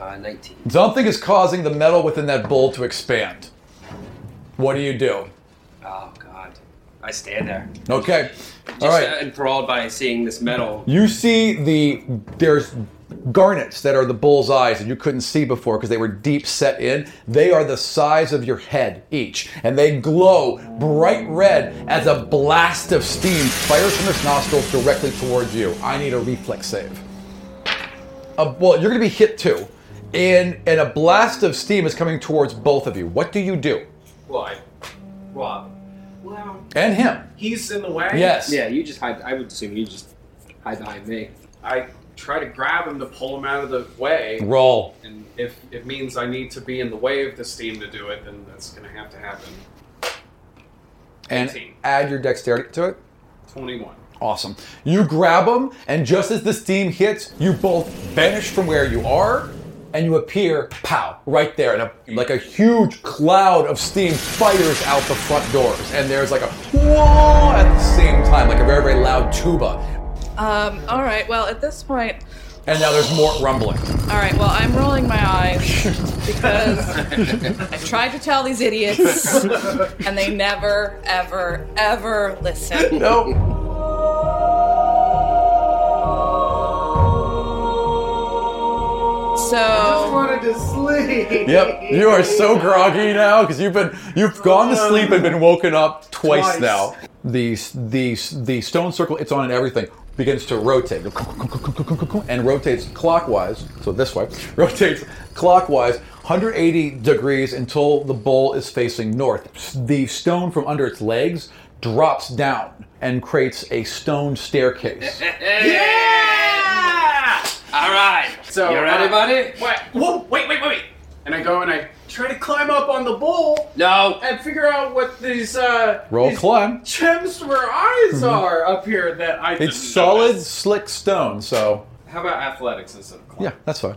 Uh, 19.
Something is causing the metal within that bowl to expand. What do you do?
Oh, God. I stand there.
Okay,
Just
all right.
uh, enthralled by seeing this metal.
You see the there's garnets that are the bull's eyes that you couldn't see before because they were deep set in. They are the size of your head each, and they glow bright red as a blast of steam fires from its nostrils directly towards you. I need a reflex save. Uh, well, you're going to be hit too, and and a blast of steam is coming towards both of you. What do you do?
Well, I, Rob. Wow.
And him.
He's in the way.
Yes.
Yeah, you just hide. I would assume you just hide behind me.
I try to grab him to pull him out of the way.
Roll.
And if it means I need to be in the way of the steam to do it, then that's going to have to happen.
and
18.
add your dexterity to it.
21.
Awesome. You grab them, and just as the steam hits, you both vanish from where you are, and you appear, pow, right there. And a, like a huge cloud of steam fires out the front doors. And there's like a whoa at the same time, like a very, very loud tuba.
Um, all right. Well, at this point,
And now there's more rumbling.
all right. Well, I'm rolling my eyes because I tried to tell these idiots, and they never, ever, ever listen.
No.
So
wanted to sleep.
Yep. You are so groggy now because you've been you've gone to sleep and been woken up twice,
Twice.
now. The the the stone circle it's on and everything begins to rotate and rotates clockwise. So this way rotates clockwise 180 degrees until the bowl is facing north. The stone from under its legs drops down and creates a stone staircase.
All right.
So,
So you ready,
uh,
buddy?
Wait, whoa, wait, wait, wait, wait. And I go and I try to climb up on the bowl
No.
and figure out what these uh,
Roll
these
climb. Mm-hmm.
gems for eyes are up here that I
It's
didn't
solid,
notice.
slick stone. So
How about athletics instead of climb?
yeah, that's fine.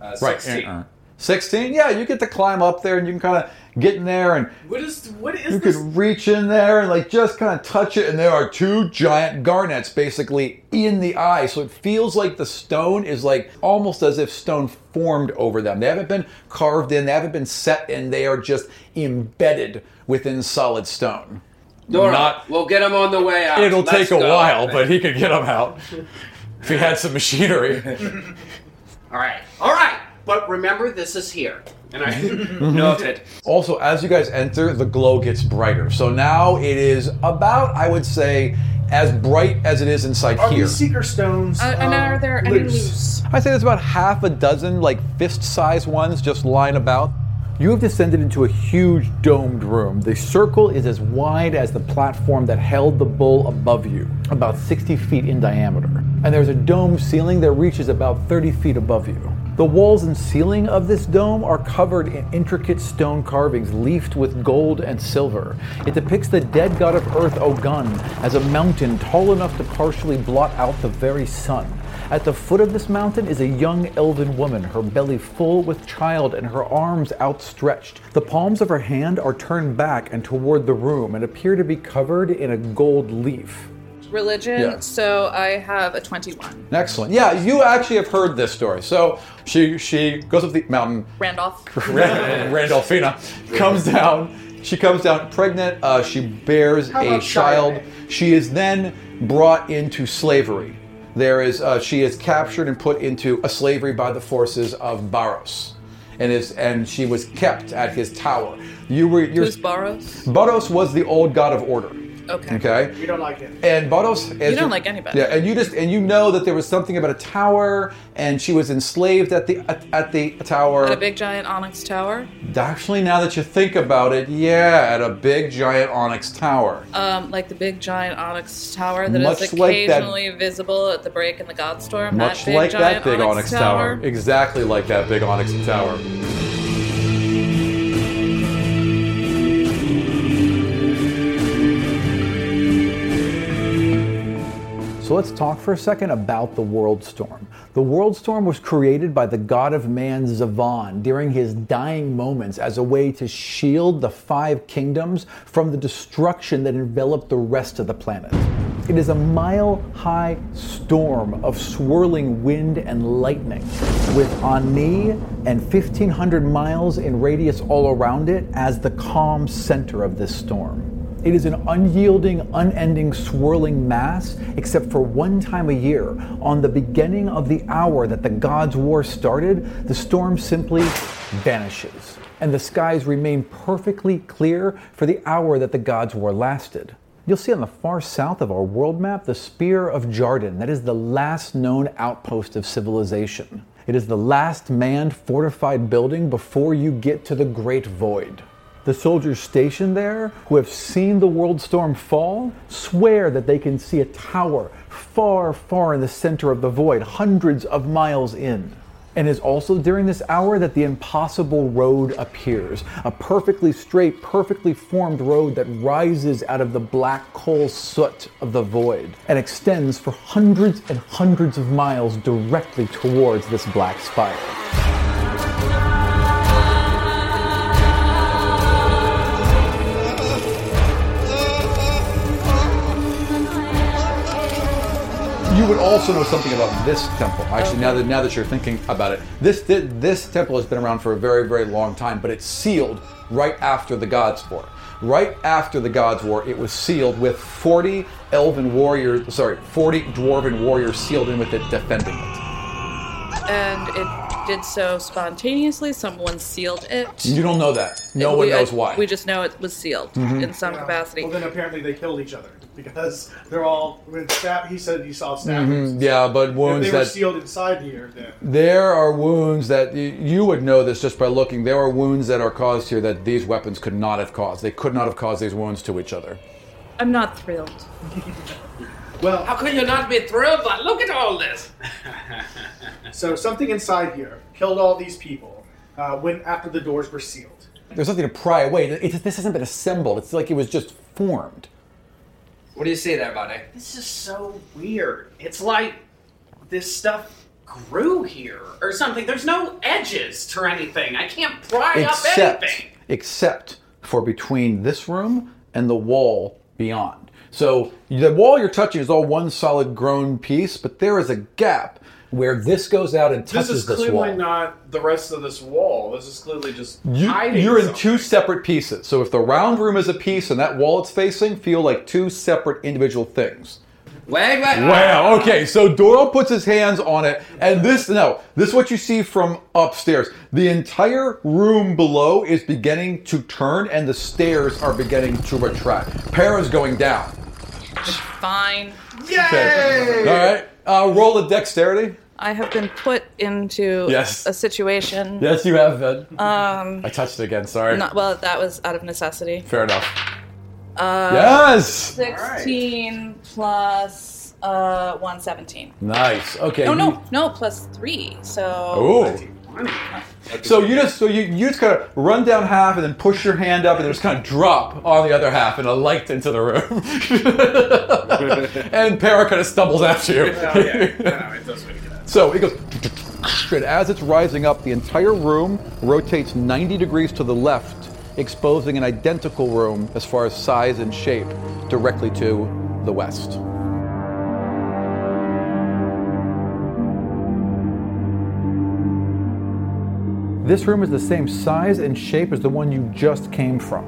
Uh,
Right. Uh-huh.
16.
16? Yeah, you get to climb up there and you can kind of get in there and
What is what is
you
this?
could reach in there and like just kind of touch it. And there are two giant garnets basically in the eye. So it feels like the stone is like almost as if stone formed over them. They haven't been carved in, they haven't been set in, they are just embedded within solid stone.
Dora,
Not-
we'll get him on the way out.
It'll
Let's
take a
go.
while, but he could get them out if he had some machinery.
All right.
All right, but remember this is here.
and I
Mm-hmm.
Noted.
Also, as you guys enter, the glow gets brighter. So now it is about, I would say, as bright as it is inside
Are
here.
these seeker stones?
Uh, and are there any loose?
I'd say there's about half a dozen, like fist sized ones, just lying about. You have descended into a huge domed room. The circle is as wide as the platform that held the bull above you, about 60 feet in diameter. And there's a dome ceiling that reaches about 30 feet above you. The walls and ceiling of this dome are covered in intricate stone carvings leafed with gold and silver. It depicts the dead god of earth, Ogun, as a mountain tall enough to partially blot out the very sun. At the foot of this mountain is a young elven woman, her belly full with child and her arms outstretched. The palms of her hand are turned back and toward the room and appear to be covered in a gold leaf.
Religion.
Yeah.
So I have a twenty-one.
Excellent. Yeah, you actually have heard this story. So she she goes up the mountain.
Randolph.
Rand- Randolphina comes down. She comes down pregnant. Uh, she bears
How
a child.
about Charlotte?
She is then brought into slavery. There is uh, she is captured and put into a slavery by the forces of Baros, and is and she was kept at his tower. You were your
Who's Boros?
Baros was the old god of order.
Okay.
Okay.
We don't like him.
And Bardos, as
You don't like anybody.
Yeah, and you just and you know that there was something about a tower, and she was enslaved at the at, at the tower.
At a big giant onyx tower.
Actually, now that you think about it, yeah, at a big giant onyx tower.
Um, like the big giant onyx tower that is
Much like that-
occasionally visible at the break in the Godstorm.
Much
that big
like that
giant
big onyx, tower. Exactly like that big onyx tower. So let's talk for a second about the World Storm. The World Storm was created by the god of man Zavon during his dying moments as a way to shield the five kingdoms from the destruction that enveloped the rest of the planet. It is a mile high storm of swirling wind and lightning, with Ani and 1,500 miles in radius all around it as the calm center of this storm. It is an unyielding, unending, swirling mass, except for one time a year. On the beginning of the hour that the gods' war started, the storm simply vanishes, and the skies remain perfectly clear for the hour that the gods' war lasted. You'll see on the far south of our world map the Spear of Jarden. That is the last known outpost of civilization. It is the last manned fortified building before you get to the Great Void. The soldiers stationed there, who have seen the world storm fall, swear that they can see a tower far, far in the center of the void, hundreds of miles in. And it is also during this hour that the impossible road appears a perfectly straight, perfectly formed road that rises out of the black coal soot of the void and extends for hundreds and hundreds of miles directly towards this black spire. You would also know something about this temple. Actually, now that now that you're thinking about it, this thi- this temple has been around for a very very long time, but it's sealed right after the God's War. Right after the God's War, it was sealed with 40 elven warriors, sorry, 40 dwarven warriors sealed in with it, defending it.
And it did so spontaneously. Someone sealed it.
You don't know that. No
We-
one
I-
knows why.
We just know it was sealed
Mhm.
in some capacity.
Well, then apparently they killed each other because they're all with stab. He said he saw stabbing.
Mhm, Yeah, but
If
wounds
they were
that
sealed inside here, then
There are wounds that y- you would know this just by looking. There are wounds that are caused here that these weapons could not have caused. They could not have caused these wounds to each other.
I'm not thrilled.
well,
how could you not be thrilled? But look at all this.
so something inside here killed all these people uh, when after the doors were sealed.
There's nothing to pry away. It, it- this hasn't been assembled. It's like it was just formed.
What do you say there, buddy?
This is so weird. It's like this stuff grew here or something. There's no edges to anything. I can't pry up
except,
anything.
except for between this room and the wall beyond. So the wall you're touching is all one solid grown piece, but there is a gap where this goes out and touches
This
this,
is clearly
wall.
not the rest of this wall. This is clearly just
You,
hiding.
you're in
something.
two separate pieces. So if the round room is a piece and that wall it's facing, feel like two separate individual things.
Wag, wag.
Wow. Okay. So Doyle puts his hands on it, and this no, this is what you see from upstairs. The entire room below is beginning to turn, and the stairs are beginning to retract. Para's going down.
Fine.
Okay. All right. Uh, roll a dexterity.
I have been put into
Yes.
a situation.
Yes, you have. Ed.
Um.
I touched it again. Sorry.
Not, well, that was out of necessity.
Fair enough.
Uh,
Yes!
16 plus uh, 117.
Nice. Okay.
Oh, No,
you-
no, no, plus 3. So.
Oh. So you just so you, you just kind of run down half and then push your hand up and then just kind of drop on the other half and a light into the room. and Para kind of stumbles after you.
Oh,
so it goes and as it's rising up, the entire room rotates 90 degrees to the left, exposing an identical room as far as size and shape directly to the west. This room is the same size and shape as the one you just came from.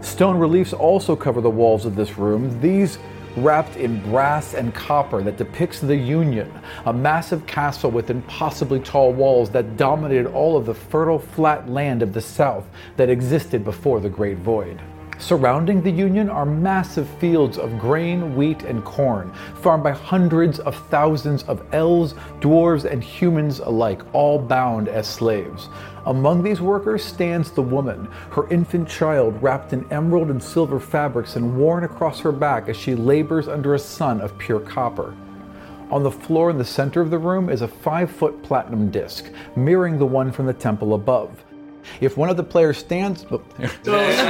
Stone reliefs also cover the walls of this room, these wrapped in brass and copper that depicts the Union, a massive castle with impossibly tall walls that dominated all of the fertile flat land of the South that existed before the Great Void. Surrounding the Union are massive fields of grain, wheat, and corn, farmed by hundreds of thousands of elves, dwarves, and humans alike, all bound as slaves. Among these workers stands the woman, her infant child wrapped in emerald and silver fabrics and worn across her back as she labors under a sun of pure copper. On the floor in the center of the room is a five foot platinum disc, mirroring the one from the temple above. If one of the players stands. oh,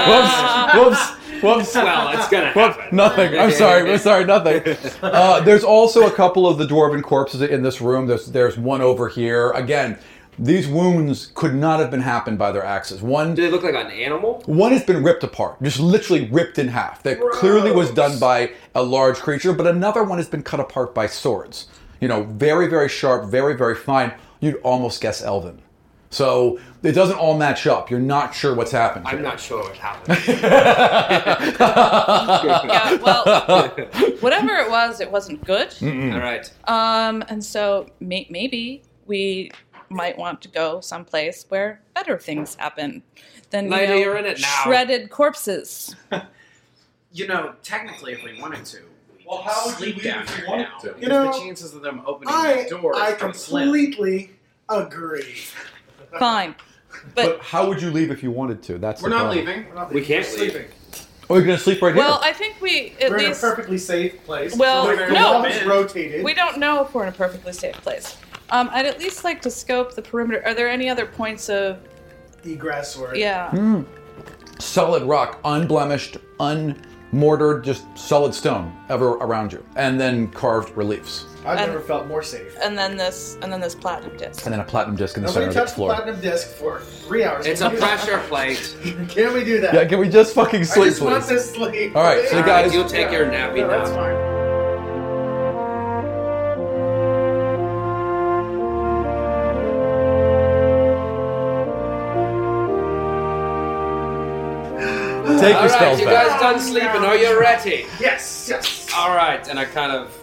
Whoops! Whoops! Whoops!
Well, it's gonna
Whoops,
happen.
Nothing. I'm sorry. I'm sorry. Nothing. Uh, there's also a couple of the dwarven corpses in this room. There's there's one over here. Again, these wounds could not have been happened by their axes. One
Do they look like an animal?
one has been ripped apart, just literally ripped in half. That clearly was done by a large creature, but another one has been cut apart by swords. You know, very, very sharp, very, very fine. You'd almost guess Elven. So it doesn't all match up. You're not sure what's happened.
I'm
here.
not sure what happened.
yeah, well, whatever it was, it wasn't good.
All right.
Um, and so may- maybe we might want to go someplace where better things happen than you
Lady,
know,
you're in it now.
shredded corpses.
You know, technically, if we wanted to, we
Well,
could
how would you
sleep
leave
down
if you
here
wanted
now.
to? You
because
know,
the chances of them opening
I,
that door
I
is pretty slim.
completely agree.
Fine.
But, how would you leave if you wanted to? That's the problem.
We can't leave.
Oh, you're gonna sleep right
Well, I think we at
We're in a
least
perfectly safe place.
Well,
the the
no.
wall is rotated.
we don't know if we're in a perfectly safe place. Um, I'd at least like to scope the perimeter. Are there any other points of
Egress or
yeah?
here. Hmm. Solid rock, unblemished, unmortared, just solid stone ever around you, and then carved reliefs,
I've
um,
And-
never felt more safe.
uh,
And then this and then this platinum disc.
and then a platinum disc in the
Nobody
center of
touched
the
the
floor.
platinum disc for three hours.
It's a
Can we do that?
pressure plate.
Can we do that?
Yeah, can we just fucking
I
sleep,
just want
please?
to sleep.
All right, so the
All right,
guys.
you'll take your nappy
No, that's
now.
fine.
Take
All
your
right,
spells
you
back.
guys done sleeping? Are you ready?
Yes, yes.
All right, and I kind of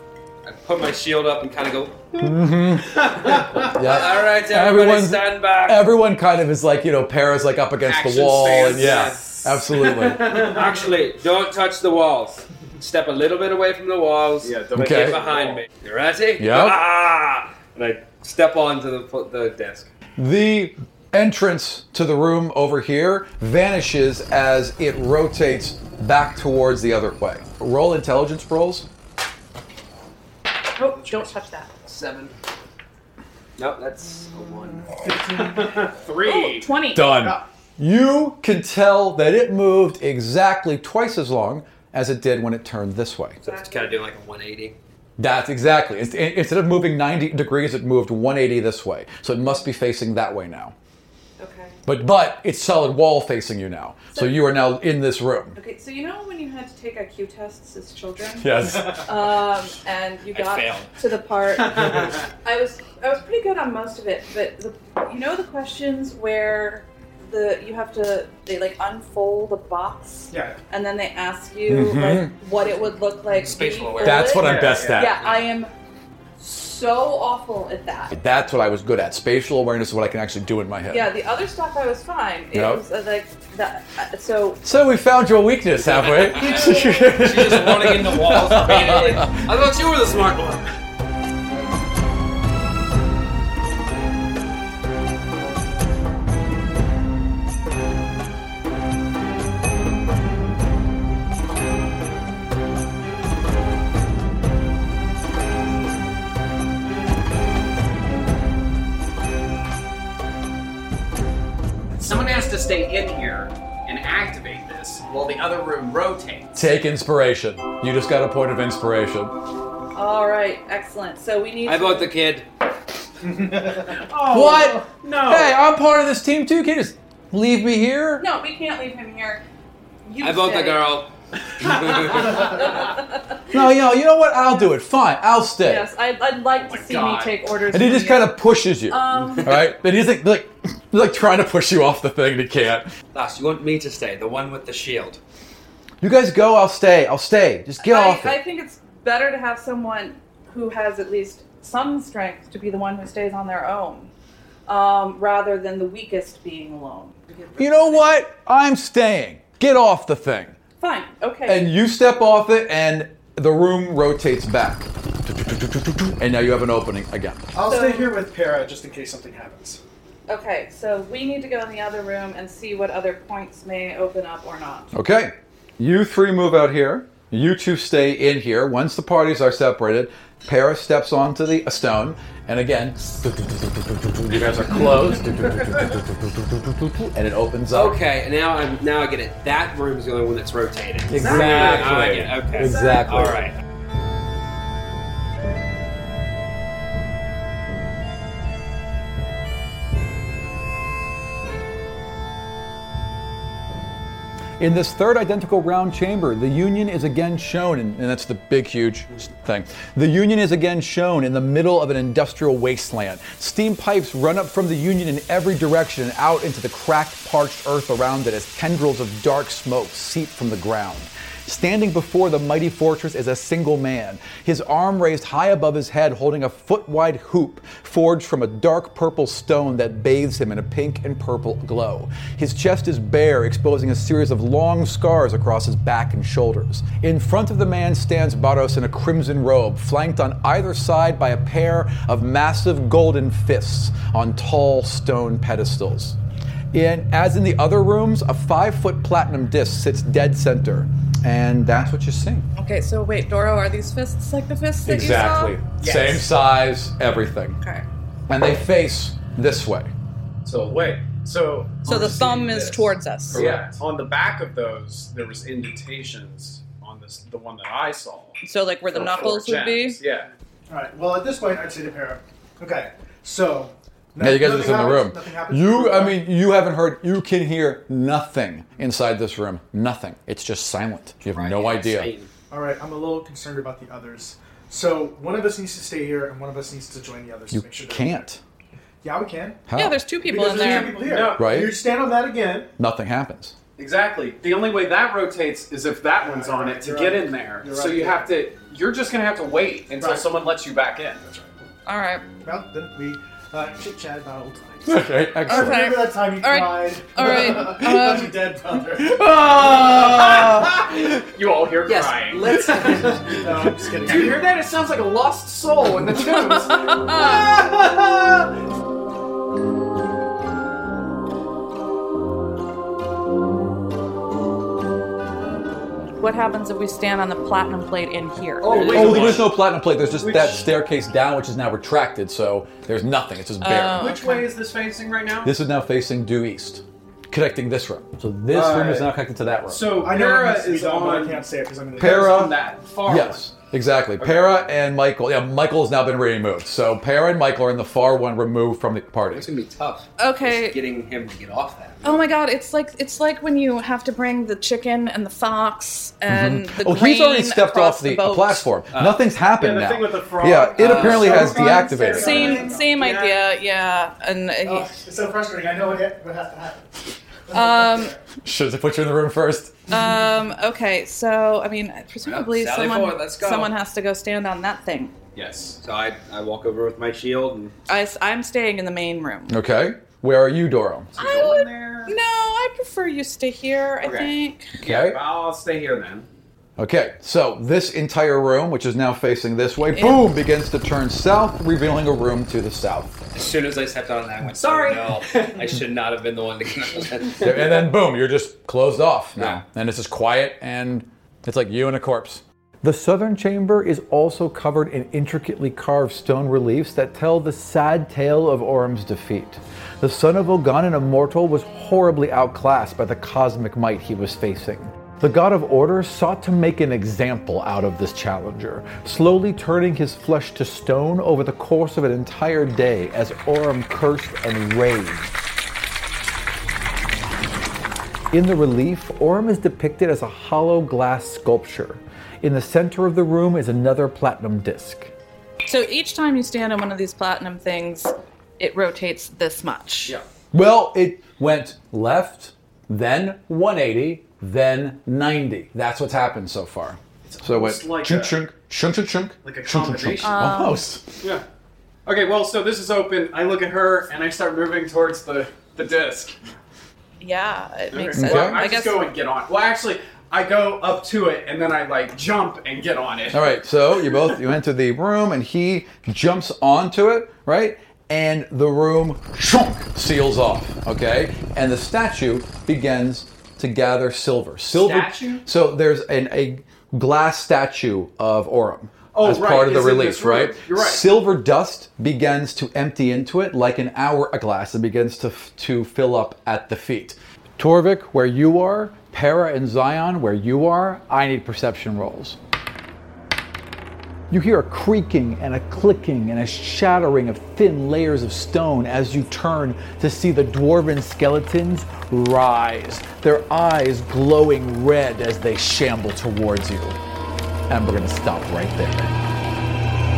I put my shield up and kind of go.
Mm-hmm. Yeah.
All right, everybody,
Everyone's-
stand back.
Everyone kind of is like, you know, Paris like up against the
Action
wall, and
stance.
yeah, absolutely.
Actually, don't touch the walls. Step a little bit away from the walls.
Yeah, don't
but
Okay.
Get behind me. You ready?
Yep.
Ah! And I step onto the fo- the desk.
The entrance to the room over here vanishes as it rotates back towards the other way. Roll intelligence rolls.
Oh, don't touch that.
Seven. No, that's a one.
Oh,
Three.
20.
Done. You can tell that it moved exactly twice as long as it did when it turned this way.
So it's kind of doing like a 180.
That's exactly. It's- it- Instead of moving 90 degrees, it moved 180 this way. So it must be facing that way now.
Okay.
But but it's solid wall facing you now. So you are now in this room.
Okay, so you know when you had to take IQ tests as children?
Yes.
Um, and you
I
got
failed.
to the part. I was I was pretty good on most of it, but the, you know the questions where the you have to they like unfold a box
Yeah.
and then they ask you like, what it would look like.
Spatial
if you
Mm-hmm.
awareness.
That's what
fold
I'm best
it.
at.
Yeah, I am so awful at that.
That's what I was good at. Spatial awareness is what I can actually do in my head.
Yeah, the other stuff I was fine. It
Yep.
was uh, like that. uh, So
So we found your weakness, have we?
She's just running into walls. immediately. I thought you were the smart one.
Someone has to stay in here and activate this while the other room rotates.
Take inspiration. You just got a point of inspiration.
all right, excellent. So we need.
I vote the kid.
what?
No.
Hey, I'm part of this team too. Can you just leave me here?
No, we can't leave him here. You
I vote the
stay.
girl.
No, you know, you know what? I'll do it. Fine, I'll stay.
Yes, I'd, I'd like to see me
God.
take orders.
And he
from
just
you.
kind of pushes you.
Um.
all right? And he's like, like, like trying to push you off the thing, and he can't.
Last, you want me to stay? The one with the shield.
You guys go. I'll stay. I'll stay. Just get off
I,
it.
I think it's better to have someone who has at least some strength to be the one who stays on their own, um, rather than the weakest being alone.
you know what? I'm staying. Get off the thing.
Fine. Okay.
And you step off it, and the room rotates back. And now you have an opening again.
I'll
So-
stay here with Para just in case something happens.
okay. So we need to go in the other room and see what other points may open up or not.
Okay. You three move out here. You two stay in here. Once the parties are separated, Para steps onto the a stone, and again, you guys are closed, and it opens up.
Okay, now I'm now I get it. That room's the only one that's rotating.
Exactly.
Now I get it. Okay.
Exactly.
All right.
In this third identical round chamber, the union is again shown, and, and that's the big, huge thing. The union is again shown in the middle of an industrial wasteland. Steam pipes run up from the union in every direction and out into the cracked, parched earth around it as tendrils of dark smoke seep from the ground. Standing before the mighty fortress is a single man, his arm raised high above his head, holding a foot wide hoop forged from a dark purple stone that bathes him in a pink and purple glow. His chest is bare, exposing a series of long scars across his back and shoulders. In front of the man stands Baros in a crimson robe, flanked on either side by a pair of massive golden fists on tall stone pedestals. And as in the other rooms, a five foot platinum disc sits dead center. And that's what you see.
Okay, so wait, Doro, are these fists like the fists that
Exactly.
you saw?
Same size, everything.
Okay.
And they face this way.
So wait, so
So the thumb is towards us.
yeah, on the back of those there was indentations on this the one that I saw.
So like where the
for
knuckles
four
would be?
gems. Yeah.
All right. Well, at this point, I'd say to Para, okay, so.
yeah, you guys are just in
nothing
the
happens,
room.
Nothing happens.
You, I mean, you haven't heard, you can hear nothing inside this room. Nothing. It's just silent. You have no idea.
All right, I'm a little concerned about the others. So one of us needs to stay here, and one of us needs to join the others
You
to make sure. they're-
can't.
Yeah, we can.
How? Yeah, there's
two
people
Because
in
there's
there.
two people here.
No. Right.
You stand on that again.
Nothing happens.
Exactly. The only way that rotates is if that one's on it to
You're
get
right.
in there.
You're
so
right.
you have to. You're just gonna have to wait until
Right.
someone lets you back in.
All right.
Well, then we uh, chit chat about old times.
Okay,
I
excellent.
remember that time you
All right.
cried.
All right.
About
Um,
your dead brother.
you all hear
Yes,
crying.
let's-
no,
I'm just kidding.
Do you hear that? It sounds like a lost soul in the Oh,
tombs.
What happens if we stand on the platinum plate in here?
oh, there's no platinum plate. There's just that staircase down, which is now retracted, so there's nothing. It's just bare.
Which way is this facing right now?
This is now facing due east, connecting this room. So this room is now connected to that room.
So
I know
Para
it needs to be
is
done, but I
on-
can't say it because I'm in the
Para
on that far.
Yes, exactly. Para and Michael. Yeah, Michael's now been removed. So Para and Michael are in the far one, removed from the party. It's
gonna be tough.
Okay.
Just getting him to get off that.
Oh my god, it's like it's like when you have to bring the chicken and the fox and
Mhm.
the
oh, he's already
grain
stepped
across
off the,
boat.
platform. Nothing's happened
Uh, Yeah, the
now.
thing with the frog.
Yeah, it
Uh,
apparently has
Frog
deactivated.
Same same idea, yeah. And uh,
Oh, it's so frustrating. I know what, ha- what has to happen.
um
Should I put you in the room first?
Oh.
um okay, so I mean uh, presumably
Sally
someone
forward, let's go.
someone has to go stand on that thing.
Yes. So I, I walk over with my shield and
I, am staying in the main room.
Okay. Where are you, Doro?
I would No, I prefer you stay here, I
Okay.
think.
Okay.
I'll stay here then.
Okay, so this entire room, which is now facing this way,
Yeah.
boom, begins to turn south, revealing a room to the south.
As soon as I stepped on that, I went.
Sorry.
"Oh, no, I should not have been the one to get out of
And
that.
then boom, you're just closed off now. And it's just quiet, and it's like you and a corpse. The southern chamber is also covered in intricately carved stone reliefs that tell the sad tale of Orm's defeat. The son of Oganen Immortal was horribly outclassed by the cosmic might he was facing. The god of order sought to make an example out of this challenger, slowly turning his flesh to stone over the course of an entire day as Orm cursed and raged. In the relief, Orm is depicted as a hollow glass sculpture. In the center of the room is another platinum disc.
So each time you stand on one of these platinum things, it rotates this much. Yeah.
Well, it went left, then 180, then 90. That's what's happened so far. so it went
almost like
chunk,
a-
chunk, chunk, chunk, chunk,
like a
chunk, chunk, chunk.
combination.
Almost.
Yeah. Okay. Well, so this is open. I look at her and I start moving towards the the disc.
Yeah, it makes
Okay.
sense.
Well, I,
I
just
guess
go and get on. Well, actually, I go up to it and then I like jump and get on it.
All right, so you both you enter the room and he jumps onto it, right? And the room shunk, seals off, okay? And the statue begins to gather silver. Silver
Statue?
So there's an, a glass statue of Orem
Oh,
as
right,
part of the
it's in
relief,
this room.
right?
You're right.
Silver dust begins to empty into it like an hourglass and begins to f- to fill up at the feet. Torvik, where you are, Para and Zion, where you are, I need perception rolls. You hear a creaking and a clicking and a shattering of thin layers of stone as you turn to see the dwarven skeletons rise, their eyes glowing red as they shamble towards you. And we're going to stop right there.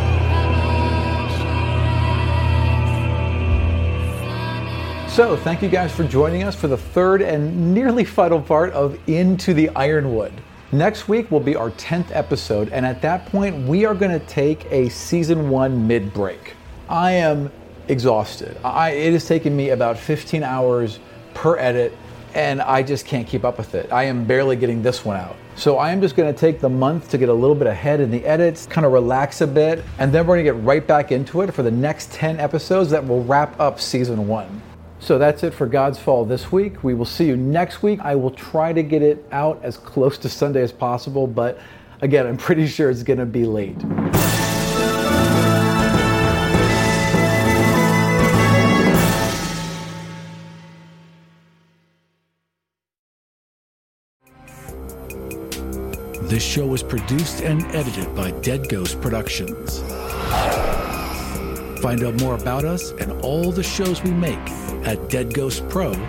So, thank you guys for joining us for the third and nearly final part of Into the Ironwood. Next week will be our 10th episode, and at that point, we are going to take a season one mid break. I am exhausted. I, it has taken me about 15 hours per edit, and I just can't keep up with it. I am barely getting this one out. So, I am just going to take the month to get a little bit ahead in the edits, kind of relax a bit, and then we're going to get right back into it for the next 10 episodes that will wrap up season one. So that's it for God's Fall this week. We will see you next week. I will try to get it out as close to Sunday as possible, but again, I'm pretty sure it's going to be late.
This show was produced and edited by Dead Ghost Productions. Find out more about us and all the shows we make at deadghostpro.com.